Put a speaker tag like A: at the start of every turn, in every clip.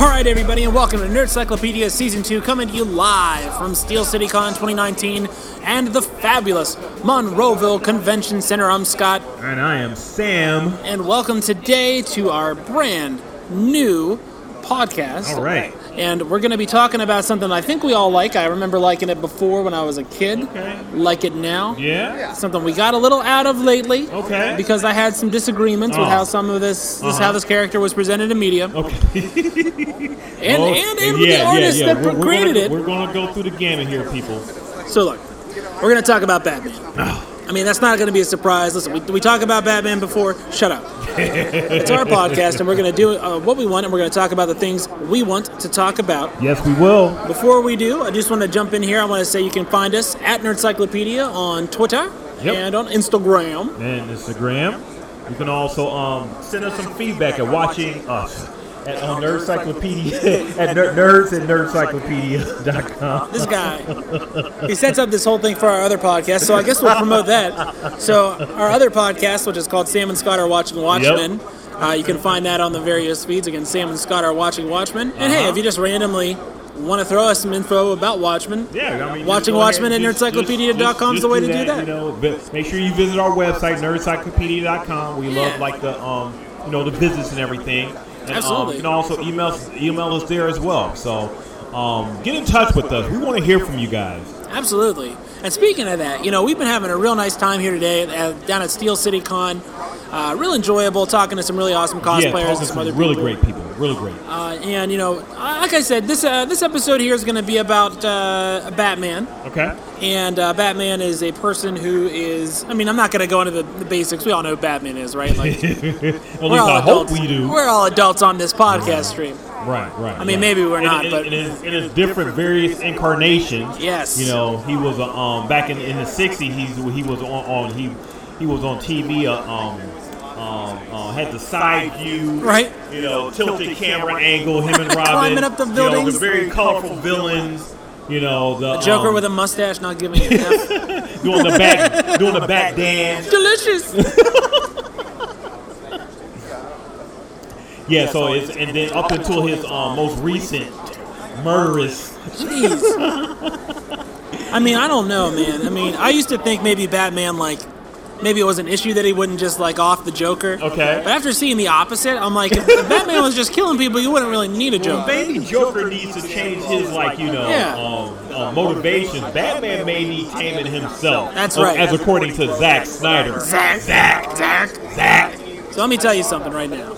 A: right, everybody, and welcome to Nerd Cyclopedia Season 2, coming to you live from Steel City Con 2019 and the fabulous Monroeville Convention Center. I'm Scott,
B: And I am Sam.
A: and welcome today to our brand new podcast.
B: All right.
A: And we're going to be talking about something I think we all like. I remember liking it before when I was a kid,
B: Okay.
A: like it now.
B: Yeah?
A: Something we got a little out of lately.
B: Okay.
A: Because I had some disagreements with
B: Oh.
A: how some of this, this how
B: Uh-huh.
A: this character was presented in media,
B: Okay.
A: and,
B: Oh,
A: and and with
B: yeah,
A: the
B: yeah,
A: artist
B: yeah.
A: that
B: We're- we're
A: created
B: gonna-
A: it.
B: We're going to go through the gamut here, people.
A: So look, we're gonna talk about Batman.
B: Ah.
A: I mean, that's not gonna be a surprise. Listen, we, we talk about Batman before. Shut up. it's our podcast, and we're gonna do uh, what we want, and we're gonna talk about the things we want to talk about.
B: Yes, we will.
A: Before we do, I just want to jump in here. I want to say you can find us at Nerdcyclopedia on Twitter
B: Yep.
A: and on Instagram.
B: And Instagram. You can also um, send us some feedback at watching us at um, Nerdcyclopedia, at ner- nerds and nerdcyclopedia.com.
A: This guy, he sets up this whole thing for our other podcast, so I guess we'll promote that. So our other podcast, which is called Sam and Scott are watching Watchmen, uh, you can find that on the various feeds. Again, Sam and Scott are watching Watchmen, and hey,
B: Uh-huh.
A: if you just randomly want to throw us some info about Watchmen,
B: Yeah, I mean,
A: Watching Watchmen at nerdcyclopedia.com is the way to do that.
B: You know, vi- make sure you visit our website, nerdcyclopedia.com. We
A: Yeah.
B: love like the um, you know, the visits and everything. And, Um,
A: Absolutely.
B: you can also email us- email us there as well. So, um, get in touch with us. We want to hear from you guys.
A: Absolutely. And speaking of that, you know, we've been having a real nice time here today at, down at Steel City Con. Uh, real enjoyable talking to some really awesome
B: yeah,
A: cosplayers
B: talk
A: and
B: to
A: some
B: some
A: other
B: really
A: people.
B: great people. Really great.
A: Uh, and you know, uh, like I said, this uh, this episode here is going to be about uh, Batman.
B: Okay.
A: And uh, Batman is a person who is. I mean, I'm not going to go into the, the basics. We all know who Batman is, right? Like
B: At
A: we're
B: least
A: all
B: I hope
A: adults.
B: we do.
A: We're all adults on this podcast stream.
B: Right, right.
A: I mean, maybe we're not, but-
B: in his, in his different various incarnations.
A: Yes.
B: You know, he was a, um back in, in the '60s. He's he was on, on he he was on TV. Uh, um, um, uh, had the side view,
A: Right.
B: You know, tilted camera angle. Him and Robin
A: Climbing up the
B: you know,
A: buildings.
B: the very colorful villains. You know, the,
A: Joker
B: um,
A: with a mustache, not giving a F.
B: doing the back doing the back dance.
A: Delicious.
B: Yeah. So it's and then up until his um, most recent murderous.
A: Jeez. I mean, I don't know, man. I mean, I used to think maybe Batman like. Maybe it was an issue that he wouldn't just like off the Joker.
B: Okay.
A: But after seeing the opposite, I'm like, if Batman was just killing people, you wouldn't really need a Joker.
B: Maybe Joker needs to change his, like, you know,
A: Yeah.
B: um, uh, motivation. Batman may need taming himself.
A: That's
B: uh,
A: right.
B: As according to Zack Snyder.
A: Zack, Zack, Zack, Zack. So let me tell you something right now.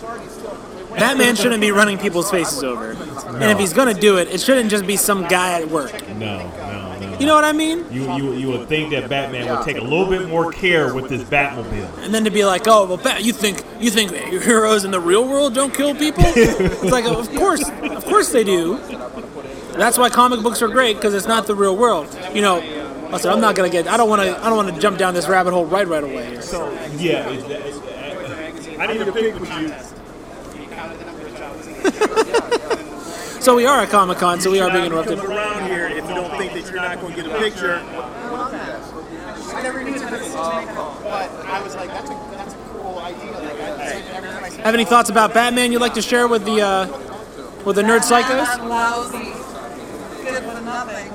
A: Batman shouldn't be running people's faces over. And if he's gonna do it, it shouldn't just be some guy at work.
B: No, no, no.
A: You know what I mean?
B: you, you, you would think that Batman would take a little bit more care with this Batmobile.
A: And then to be like, oh well, Bat, you think you think that your heroes in the real world don't kill people? It's like, of course, of course they do. That's why comic books are great because it's not the real world. You know. Also, I'm not gonna get. I don't want to. I don't want to jump down this rabbit hole right right away.
B: So, yeah. it- it- I need to pick with you.
A: So we are at Comic Con, so we are being interrupted.
C: Come around here if you don't think that you're not going to get a picture.
D: I never knew that was but I was like, that's a that's a cool idea. Like, I, every time I see
A: Have any thoughts about Batman you'd like to share with the uh, with the nerd psychos?
E: I'm lousy. Good for nothing.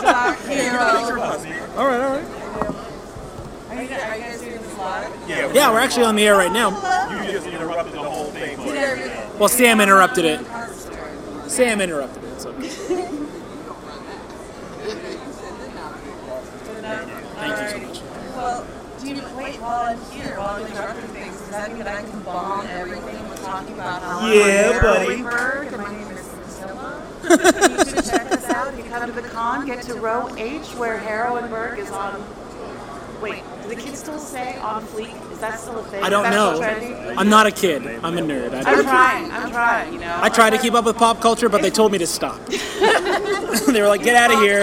E: Dark hero. Are
A: All right, all right.
E: you are you guys doing this live?
A: Yeah, we're actually on the air right now.
C: You just interrupted the whole thing.
A: Well, Sam interrupted it. Sam interrupted it. So.
E: Thank you so much. Well, do you, wait, while I'm here, while I'm interrupting things, does that mean I can bomb everything we're talking about? How I'm
B: Yeah,
E: Mary
B: buddy.
E: Bird, and my name is Priscilla. you should check us out. If you come to the con, get to row H where Heroinberg is on. Wait, do the kids still say on fleek? Is that still a thing?
A: I don't
E: Is that still
A: know.
E: trendy?
A: I'm not a kid. I'm a nerd. I,
E: I'm
A: don't-
E: trying. I'm trying. You know.
A: I try to keep up with pop culture, but they told me to stop. they were like, "Get out of here."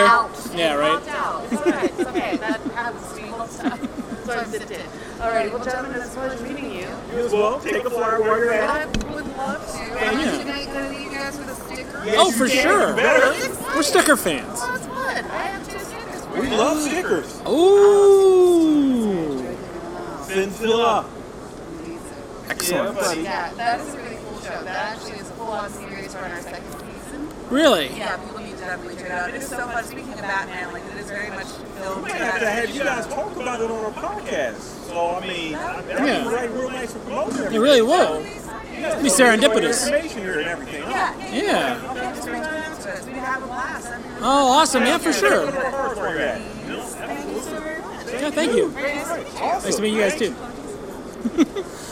A: Yeah, right.
E: It's okay. That happens to me all the time. So I zipped it. All right. Well, gentlemen, it's a pleasure meeting you.
C: You as well. Take the floor where you're at.
E: I would love to. And
A: yeah.
E: can I can I leave you guys with a sticker?
A: Oh, for sure.
C: Better.
A: We're sticker fans.
E: Well, that's fun. I have two stickers.
C: We love stickers.
A: Ooh,
C: Send Phil up.
A: excellent.
E: Yeah, that is a really cool show. That actually is full on serious for our second season.
A: Really?
E: Yeah, people need to definitely check it out. It is so fun. Speaking of Batman, like it is very much
C: We
E: filmed.
C: might
E: to
C: have to
E: that
C: have you guys talk about it on our podcast. So I mean, I mean,
A: Yeah.
C: yeah. right, real nice for promoting
A: It really will.
C: It'd
A: be serendipitous.
C: Information here and everything. huh?
E: Yeah,
A: Yeah.
E: Okay, just bring friends to us. We'd have a blast. I mean,
A: Oh, awesome. Yeah, for sure.
C: Tell the first where you're at.
E: Thank you so very much.
A: Yeah, thank you.
C: Awesome.
A: Nice to meet you guys too.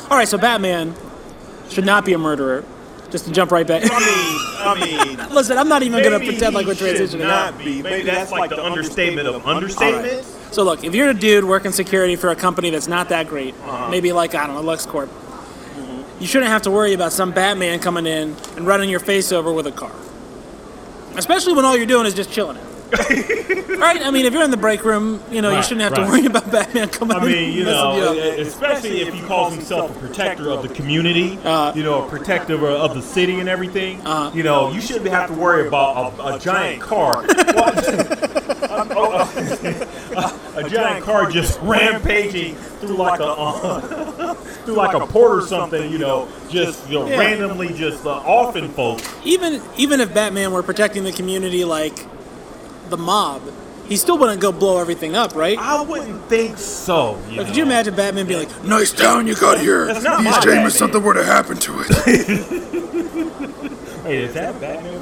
A: All right, so Batman should not be a murderer. Just to jump right back.
C: I mean, I mean,
A: Listen, I'm not even going to
B: Maybe
A: pretend like
B: he
A: we're
B: should
A: transitioning. out.
C: not be.
B: Maybe that's like the understatement of understatement.
A: So look, if you're a dude working security for a company that's not that great,
B: Uh-huh.
A: maybe like I don't know LuxCorp, you shouldn't have to worry about some Batman coming in and running your face over with a car. Especially when all you're doing is just chilling. Out. right? I mean, if you're in the break room, you know you
B: Right,
A: shouldn't have
B: right.
A: to worry about Batman coming.
B: I mean,
A: in
B: you
A: and messing
B: know, e-,
A: you up.
B: especially if he calls himself a protector of the community,
A: Uh,
B: you know, a protector of the city and everything.
A: Uh-huh.
B: You know, you shouldn't have to worry about a, a giant car. Oh, a giant car just rampaging through like a uh, through like a port or something. You know, just you know,
A: Yeah.
B: randomly just uh, offing folks.
A: even even if Batman were protecting the community like the mob, he still wouldn't go blow everything up, right?
B: I wouldn't think so. You
A: Like, could
B: know.
A: you imagine Batman being like,
F: Nice town you got here.
B: That's not my
F: East
B: Batman.
F: Game if something were to happen to it.
B: Wait, is that Batman?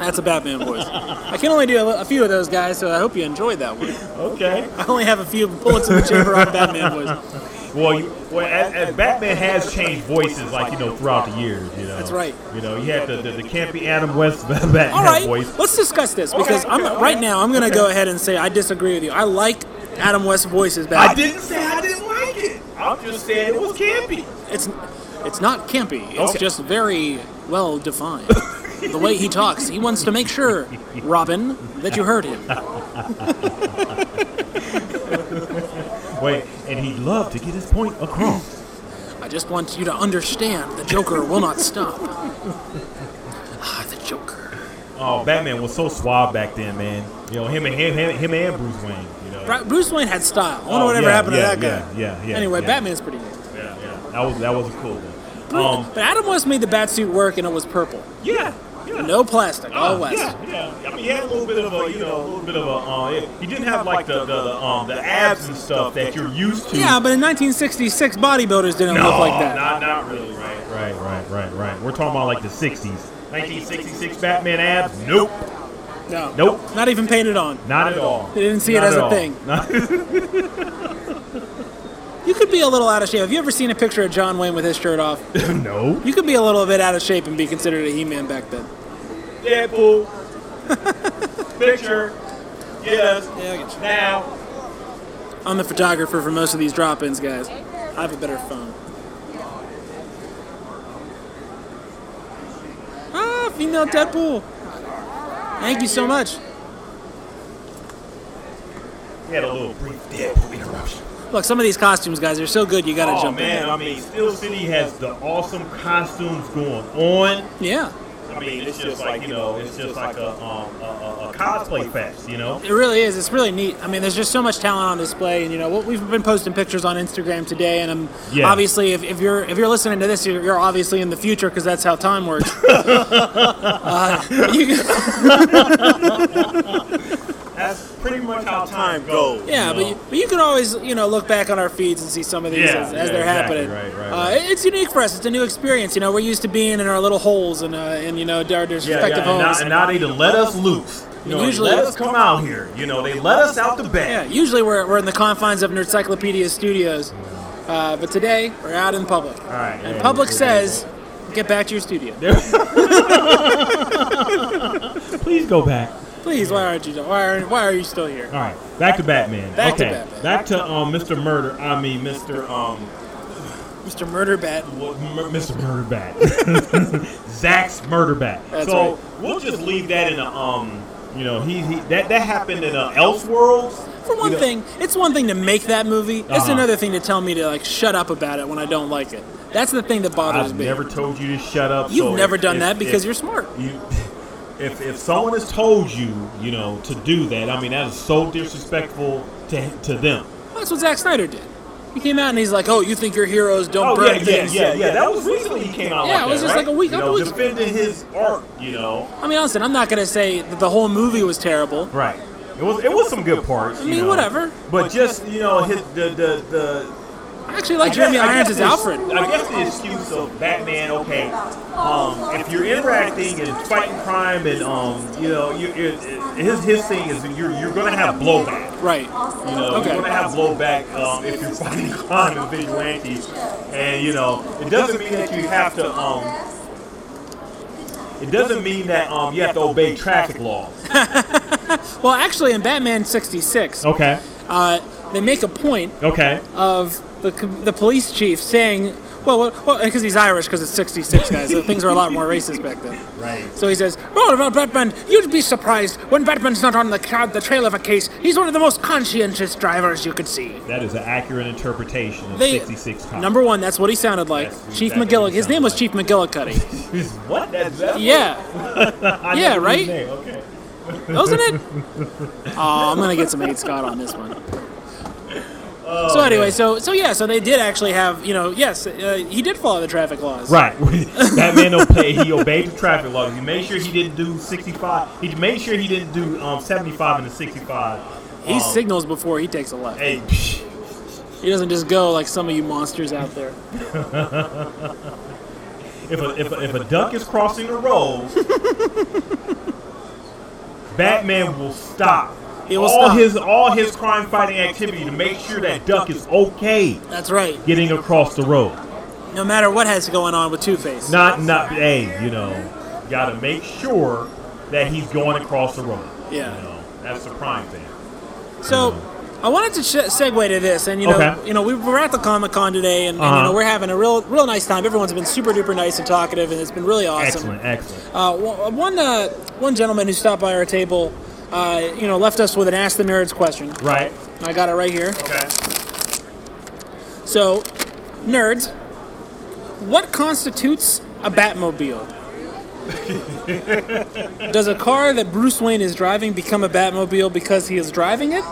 A: "That's a Batman voice." I can only do a, a few of those guys, so I hope you enjoyed that one.
B: Okay.
A: I only have a few bullets in the chamber on Batman voice.
B: Well, you, well, and, and Batman has changed voices, like you know, throughout the years. You know,
A: That's right.
B: You know, you had the the, the campy Adam West Batman
A: All right,
B: voice.
A: let's discuss this because I'm right now. I'm gonna go ahead and say I disagree with you. I like Adam West's voice as
B: I
A: Batman.
B: didn't say I didn't like it. I'm just saying it was campy.
A: It's it's not campy. It's
B: Okay.
A: just very well defined. the way he talks, he wants to make sure, Robin, that you heard him.
B: Wait, and he loved to get his point across. Oh,
A: I just want you to understand the Joker will not stop. Ah, the Joker.
B: oh, Batman was so suave back then, man. You know, him and him, him, him and Bruce Wayne. You know,
A: Right, Bruce Wayne had style. I wonder
B: Oh,
A: whatever
B: yeah,
A: happened
B: yeah,
A: to that guy.
B: yeah, yeah, yeah,
A: anyway,
B: yeah.
A: Batman's pretty good.
B: Yeah, yeah. That was that was a cool one. Um,
A: but Adam West made the Batsuit work, and it was purple.
B: yeah, yeah.
A: No plastic, all West.
B: Yeah, yeah. I mean, he had a little bit of a, you know, a little bit of a. Uh, it- he didn't have like the the um the abs and stuff that you're used to.
A: Yeah, but in 1966, bodybuilders didn't
B: no,
A: look like that.
B: Not, not really. Right, right, right, right, right. We're talking about like the '60s, 1966 Batman abs. Nope,
A: No.
B: nope,
A: Not even painted on.
B: not at all.
A: They didn't see it
B: Not
A: as
B: at
A: a
B: all.
A: thing.
B: Not-
A: You could be a little out of shape. Have you ever seen a picture of John Wayne with his shirt off?
B: no.
A: You could be a little bit out of shape and be considered a He-Man back then.
B: Deadpool. Picture. Yes.
A: Yeah, I get you.
B: Now.
A: I'm the photographer for most of these drop-ins, guys. I have a better phone. Ah, female Deadpool. Thank you so much.
B: We had a little brief Deadpool interruption.
A: Look, some of these costumes, guys, are so good you gotta
B: Oh
A: jump
B: man, I mean, Steel City has the awesome costumes going on.
A: in. Yeah,
B: I mean, it's just like you know, it's just like a um, a, a, a cosplay fest, you know.
A: it really is. It's really neat. I mean, there's just so much talent on display, and you know, what we've been posting pictures on Instagram today, and I'm
B: Yeah.
A: obviously, if, if you're if you're listening to this, you're, you're obviously in the future because that's how time works. uh, you can-
B: That's pretty much how
C: Time goes.
A: Yeah, but, you, but you can always you know look back on our feeds and see some of these
B: Yeah,
A: as, as
B: yeah,
A: they're
B: exactly,
A: happening.
B: right, right,
A: Uh,
B: right.
A: it- it's unique for us. It's a new experience. You know, we're used to being in our little holes and uh, and you know our respective
B: yeah, yeah, and, now,
A: homes.
B: and now they done let us loose. You know, they
A: Usually-
B: let us come out here. You know, they let us out the
A: yeah,
B: back.
A: usually we're, we're in the confines of Nerdcyclopedia Studios, uh, but today we're out in public.
B: All right.
A: And
B: yeah,
A: public
B: yeah,
A: says, "Get back to your studio,
B: yeah. please go back.
A: please. Why aren't you? Why are Why are you still here?"
B: All right, back to Batman.
A: Back to
B: okay,
A: Batman.
B: back to um, Mr. Murder. I mean, Mr. Um,
A: Mr. Murderbat.
B: Well, Mur- Mr. Murderbat. Zach's Murderbat.
A: That's
B: so
A: right.
B: we'll just leave that in a um. You know, he, he that that happened in a Elseworlds.
A: For one
B: You know-
A: thing, it's one thing to make that movie. It's
B: Uh-huh.
A: another thing to tell me to like shut up about it when I don't like it. That's the thing that bothers
B: I've
A: me.
B: never told you to shut up.
A: You've
B: so
A: never
B: if-
A: done
B: if-
A: that because
B: if-
A: you're smart.
B: You, if if someone has told you, you know, to do that, I mean that is so disrespectful to to them.
A: That's what Zack Snyder did. He came out and he's like, "Oh, you think your heroes don't
B: Oh
A: burn
B: yeah, yeah,
A: things?"
B: yeah, yeah. That was recently he came out.
A: Yeah,
B: like
A: it was
B: that,
A: just
B: right?
A: like a week-
B: You
A: a
B: know,
A: week-
B: defending his art. You know,
A: I mean, listen, I'm not gonna say that the whole movie was terrible.
B: right? It was it was some good parts.
A: I
B: you
A: mean,
B: know.
A: whatever.
B: But just you know, his the the the.
A: I actually like
B: I
A: Jeremy
B: guess- I
A: Irons
B: guess
A: as
B: the-
A: Alfred.
B: I guess the excuse of Batman, okay, um, if you're interacting and fighting crime and um, you know, you, you, his his thing is you're you're gonna have blowback.
A: Right.
B: You know,
A: Okay.
B: you're gonna have blowback um, if you're fighting crime and vigilante, and you know, it doesn't mean that you have to. Um, it doesn't mean that um, you have to obey traffic laws.
A: Well, actually, in Batman '66,
B: Okay.
A: uh, they make a point
B: Okay.
A: of the com- the police chief saying, "Well, because well, 'cause he's Irish, because it's '66, guys. so things were a lot more racist back then."
B: Right.
A: So he says, "Oh, about Batman, you'd be surprised when Batman's not on the ca- the trail of a case. He's one of the most conscientious drivers you could see."
B: That is an accurate interpretation of
A: They,
B: 66 cops.
A: number one, that's what he sounded like,
B: That's
A: Chief
B: exactly what
A: McGillic.
B: he
A: His name was Chief
B: sounded
A: McGillicuddy.
B: what? That's, that's
A: yeah,
B: I
A: yeah,
B: never knew
A: right?
B: his name. Okay.
A: wasn't it? Oh, I'm gonna get some hate, Scott, on this one.
B: Oh,
A: so anyway, so so yeah, so they did actually have, you know, yes, uh, he did follow the traffic laws.
B: Right. that man obeyed, he obeyed the traffic laws. He made sure he didn't do 65. He made sure he didn't do um, 75 and the 65.
A: He
B: Um,
A: signals before he takes a left.
B: Hey,
A: He doesn't just go like some of you monsters out there.
B: if a, if a, if a duck is crossing the road, Batman will stop.
A: He will
B: all
A: stop.
B: his all his crime fighting activity to make sure that duck is okay
A: That's right.
B: getting across the road.
A: No matter what has going on with Two Face.
B: Not not hey, you know, gotta make sure that he's going across the road.
A: Yeah.
B: You know, that's the crime thing.
A: So, I wanted to sh- segue to this, and you know,
B: Okay.
A: you know, we were at the Comic Con today, and, and you
B: Uh-huh.
A: know, we're having a real, real nice time. Everyone's been super duper nice and talkative, and it's been really awesome.
B: Excellent, excellent.
A: Uh, one- one uh, one gentleman who stopped by our table, uh, you know, left us with an Ask the Nerds question.
B: Right.
A: I got it right here.
B: Okay.
A: So, nerds, what constitutes a Batmobile? Does a car that Bruce Wayne is driving become a Batmobile because he is driving it?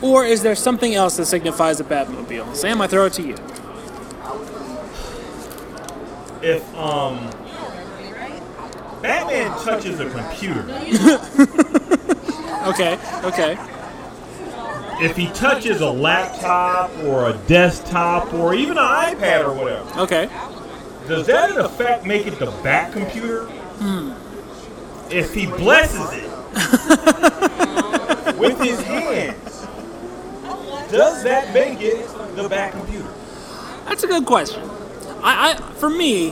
A: Or is there something else that signifies a Batmobile? Sam, I throw it to you.
B: if um Batman touches a computer,
A: Okay, okay.
B: if he touches a laptop or a desktop or even an iPad or whatever,
A: Okay.
B: does that in effect make it the Bat computer? If he blesses it with his hands, does that make it the Bat computer?
A: That's a good question. I, I for me,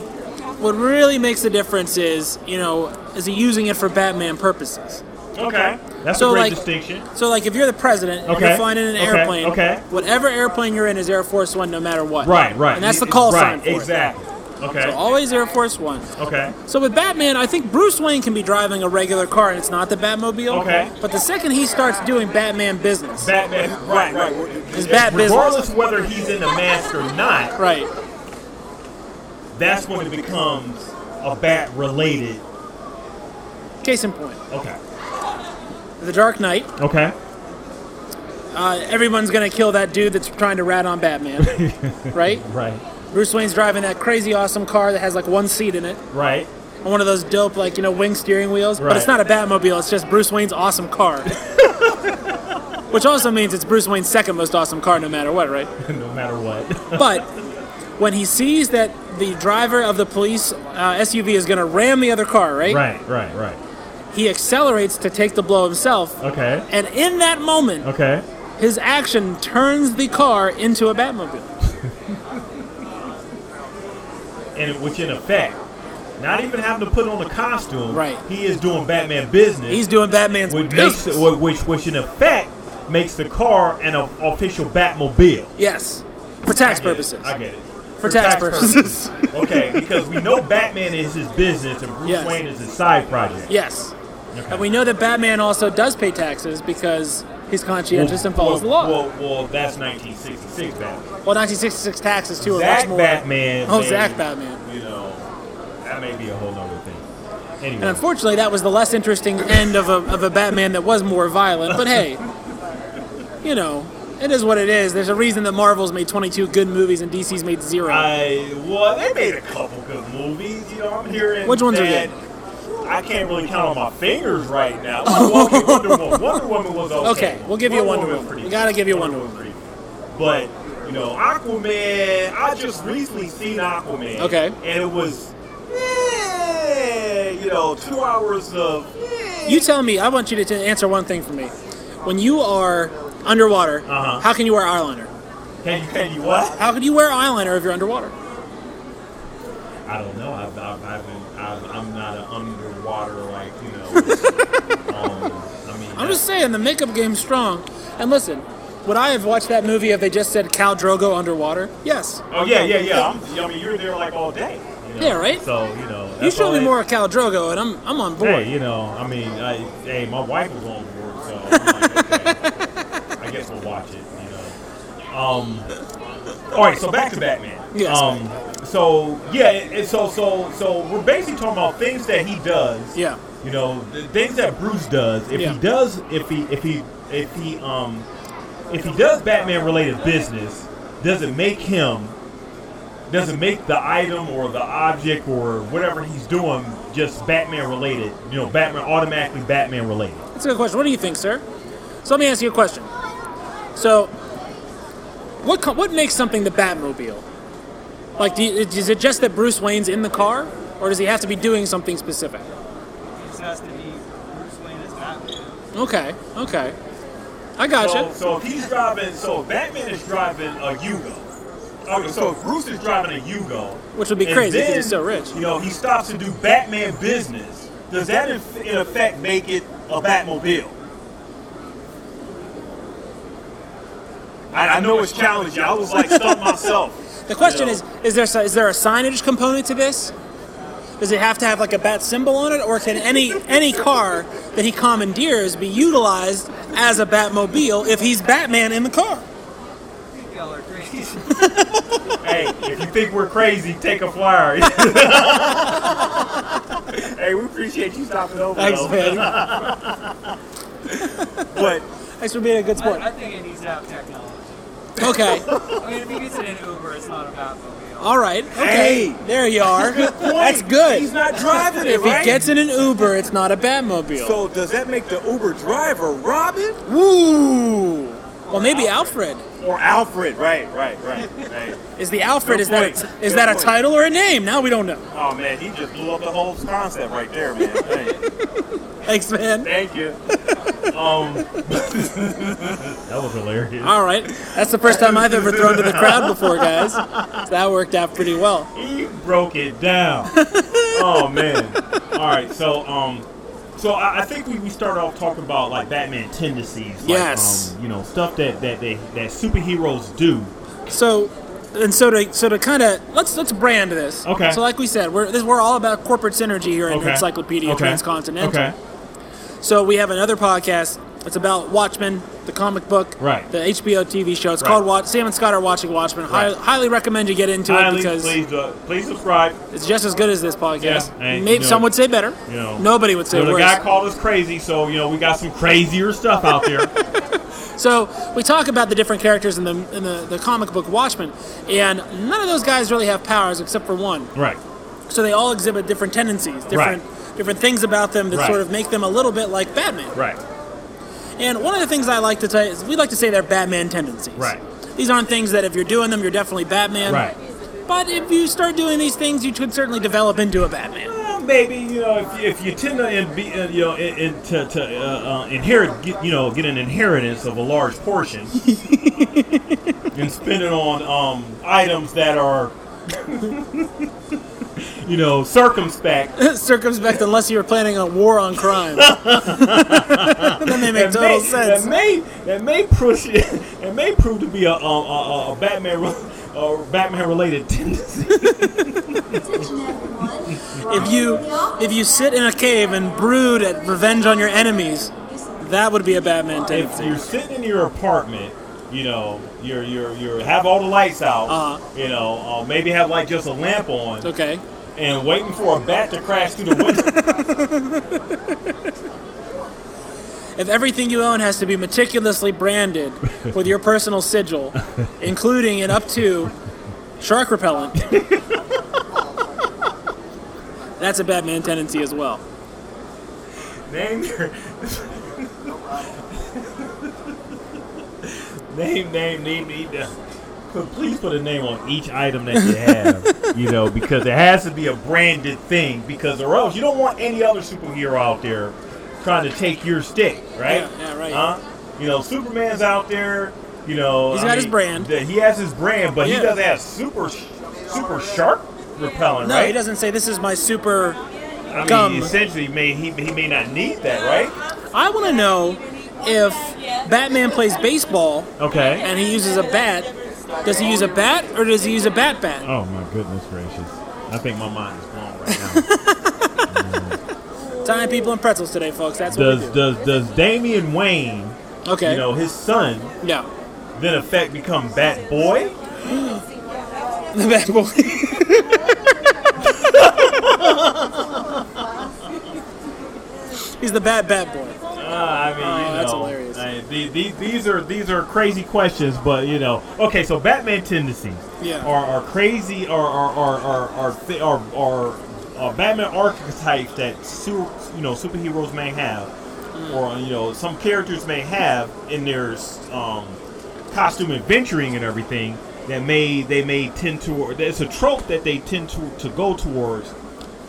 A: what really makes the difference is, you know, is he using it for Batman purposes?
B: Okay, that's
A: So,
B: a great
A: like-
B: distinction.
A: So, like, if you're the president and
B: Okay.
A: you're flying in an
B: Okay.
A: airplane,
B: Okay.
A: whatever airplane you're in is Air Force One, no matter what.
B: Right, right.
A: And that's the
B: You-
A: call
B: right,
A: sign for
B: Exactly. Okay.
A: it. Always Air Force One.
B: okay.
A: So with Batman, I think Bruce Wayne can be driving a regular car and it's not the Batmobile.
B: Okay.
A: But the second he starts doing Batman business,
B: Batman. Right, right.
A: It's bad business.
B: Regardless whether he's in the mask or not,
A: right?
B: that's when it becomes a bat related.
A: Case in point,
B: Okay.
A: The Dark Knight.
B: Okay.
A: Uh, everyone's gonna kill that dude that's trying to rat on Batman, right?
B: Right.
A: Bruce Wayne's driving that crazy awesome car that has like one seat in it,
B: Right.
A: and one of those dope like you know wing steering wheels. But it's
B: Right.
A: not a Batmobile; it's just Bruce Wayne's awesome car. Which also means it's Bruce Wayne's second most awesome car, no matter what, right?
B: no matter what.
A: But when he sees that the driver of the police uh, SUV is going to ram the other car, right?
B: right. Right. Right.
A: He accelerates to take the blow himself.
B: Okay.
A: And in that moment,
B: Okay.
A: his action turns the car into a Batmobile.
B: And which in effect, not even having to put on the costume.
A: Right.
B: He is doing Batman business.
A: He's doing Batman's
B: which makes
A: business.
B: it, whi- which which in effect makes the car an o- official Batmobile.
A: yes. For tax
B: I get it.
A: purposes.
B: I get it.
A: For tax purposes.
B: okay, because we know Batman is his business and Bruce
A: Yes.
B: Wayne is his side project.
A: Yes.
B: Okay.
A: And we know that Batman also does pay taxes because he's conscientious and follows the law. Well,
B: Well, well, that's 1966 Batman.
A: 1966 taxes too are much
B: Zach
A: more.
B: Batman.
A: Oh,
B: may-
A: Zach Batman.
B: You know, that may be a whole other thing. Anyway,
A: And unfortunately, that was the less interesting end of a, of a Batman that was more violent. But hey, you know, It is what it is. There's a reason that Marvel's made 22 good movies and DC's made zero.
B: I well, they made a couple good movies. You know, I'm hearing
A: Which ones are
B: that I can't really count on my fingers right now. Well, okay, Wonder Woman. Wonder Woman was okay.
A: Okay, we'll give you Wonder
B: was
A: Woman.
B: pretty
A: We gotta
B: good.
A: give you Wonder
B: was pretty good. But you know, Aquaman. I just recently seen Aquaman.
A: Okay.
B: and it was, eh, you know, two hours of. eh.
A: you tell me. I want you to t- answer one thing for me. When you are underwater,
B: Uh-huh.
A: how can you wear eyeliner?
B: Can you can you what?
A: How can you wear eyeliner if you're underwater?
B: I don't know. I've, I've, I've been, I've, I'm not an underwater like you know. um, I mean,
A: I'm just saying the makeup game's strong. And listen, would I have watched that movie if they just said Cal Drogo underwater? Yes.
B: Oh yeah, yeah, yeah. I'm, I mean, you're there like all day. you know?
A: Yeah, right?
B: So you know,
A: You
B: that's
A: show
B: all
A: me
B: that-
A: more of Cal Drogo, and I'm I'm on board.
B: Hey, you know, I mean, I, hey, my wife was on board, so I'm like, okay, I guess we'll watch it. You know. Um. All right, so back to Batman.
A: Yes.
B: Um. So yeah, and so so so we're basically talking about things that he does.
A: Yeah.
B: You know, the things that Bruce does. If
A: Yeah.
B: he does, if he if he if he um if he does Batman related business, does it make him does it make the item or the object or whatever he's doing just Batman related? You know, Batman automatically Batman related.
A: That's a good question. What do you think, sir? So let me ask you a question. So, what co- what makes something the Batmobile? Like, do you, is it just that Bruce Wayne's in the car, or does he have to be doing something specific?
G: This has to be Bruce Wayne as Batman.
A: Okay, okay, I gotcha.
B: So, so if he's driving, so if Batman is driving a Yugo. Okay, so if Bruce is driving a Yugo,
A: Which would be
B: and
A: crazy 'cause
B: then,
A: he's so rich.
B: You know, he stops to do Batman business. Does that in, in effect make it a Batmobile? I, I know it's challenging. I was like stumped myself.
A: the question
B: you
A: is: is there si- is there a signage component to this? Does it have to have like a bat symbol on it, or can any any car that he commandeers be utilized as a Batmobile if he's Batman in the car?
G: Y'all are crazy.
B: hey, if you think we're crazy, take a flyer. hey, we appreciate you stopping over.
A: Thanks,
B: though.
A: man.
B: But
A: Thanks for being a good sport.
G: I, I think it needs to have technology.
A: Okay.
G: I mean, if he gets it in Uber, it's not a Batmobile.
A: All right. Okay.
B: Hey.
A: There you are. That's good.
C: He's not driving it,
A: if
C: right?
A: he gets in an Uber, it's not a Batmobile.
C: so does that make the Uber driver Robin?
A: Woo. Well, maybe Alfred.
C: Or Alfred, right, right, right, right.
A: Is the Alfred?
C: Good
A: Is that
C: point.
A: a, is
C: Good
A: that a
C: point.
A: title or a name? Now we don't know.
B: oh man, he just blew up the whole concept right there, man. Hey.
A: Thanks, man.
B: Thank you. Um, that was hilarious.
A: All right. That's the first time I've ever thrown to the crowd before, guys. So that worked out pretty well.
B: He broke it down. oh man. All right. So um, so I, I think we, we start off talking about like Batman tendencies. Like,
A: Yes.
B: Um, you know stuff that that they that superheroes do.
A: So, and so to so to kind of let's let's brand this.
B: Okay.
A: So like we said, we're this, we're all about corporate synergy here in
B: Okay.
A: Encyclopedia
B: Okay.
A: Transcontinental.
B: Okay.
A: So we have another podcast. It's about Watchmen, the comic book,
B: Right.
A: The HBO TV show. It's
B: Right.
A: called Watch. Sam and Scott are watching Watchmen. Hi-
B: Right.
A: highly recommend you get into it
B: Highly,
A: because
B: please uh, please subscribe.
A: it's just as good as this podcast.
B: Yeah, and,
A: Maybe
B: you know,
A: some would say better.
B: you know,
A: Nobody would say
B: So the
A: worse.
B: guy called us crazy, so you know we got some crazier stuff out there.
A: So we talk about the different characters in the in the, the comic book Watchmen, and none of those guys really have powers except for one.
B: right.
A: So they all exhibit different tendencies, different different things about them that
B: Right.
A: sort of make them a little bit like Batman.
B: Right.
A: And one of the things I like to tell you is we like to say they're Batman tendencies.
B: Right.
A: These aren't things that if you're doing them, you're definitely Batman.
B: Right.
A: But if you start doing these things, you could certainly develop into a Batman.
B: Well, maybe you know if, if you tend to in, be, uh, you know in, in, to, to uh, uh, inherit get, you know get an inheritance of a large portion and spend it on um, items that are you know circumspect
A: Circumspect, unless you were planning a war on crime. then they make
B: that may,
A: total sense.
B: that may that may push that may prove to be a, a, a, a Batman a Batman related tendency.
A: If you if you sit in a cave and brood at revenge on your enemies, that would be a Batman
B: if
A: tendency.
B: you're sitting in your apartment, you know, you're you're you're have all the lights out,
A: Uh-huh.
B: you know, uh, maybe have like just a lamp on,
A: Okay.
B: and waiting for a bat to crash through the window.
A: if everything you own has to be meticulously branded with your personal sigil, including and up to shark repellent, that's a Batman tendency as well.
B: Name your name, name, name, need to. But please put a name on each item that you have, you know, because it has to be a branded thing. Because or else you don't want any other superhero out there trying to take your stick, right?
A: Yeah, yeah, right.
B: Huh? You know, Superman's out there. You know,
A: He's
B: I
A: got his
B: mean,
A: brand.
B: th- He has his brand, but
A: Yeah.
B: he doesn't have super, sh- super sharp repellent,
A: No,
B: right?
A: he doesn't say this is my super.
B: I mean,
A: Gum.
B: essentially, may he he may not need that, right?
A: I want to know if Batman plays baseball
B: Okay.
A: and he uses a bat. Does he use a bat or does he use a bat bat?
B: Oh my goodness gracious! I think my mind is blown right
A: Tying people in pretzels today, folks. That's
B: now.
A: what
B: does
A: we
B: does does Damian Wayne,
A: do. Okay.
B: you know, his son,
A: yeah.
B: then effect become Bat Boy?
A: The bad boy. He's the bad bad boy.
B: Uh, I mean,
A: Oh,
B: you know,
A: that's hilarious.
B: I- the- the- these are these are crazy questions, but you know, okay. So Batman tendencies
A: Yeah.
B: are, are crazy, are are are are are, thi- are, are, uh, Batman archetypes that su- you know superheroes may have,
A: Mm.
B: or you know some characters may have in their um, costume adventuring and everything that may they may tend toward. It's a trope that they tend to to go towards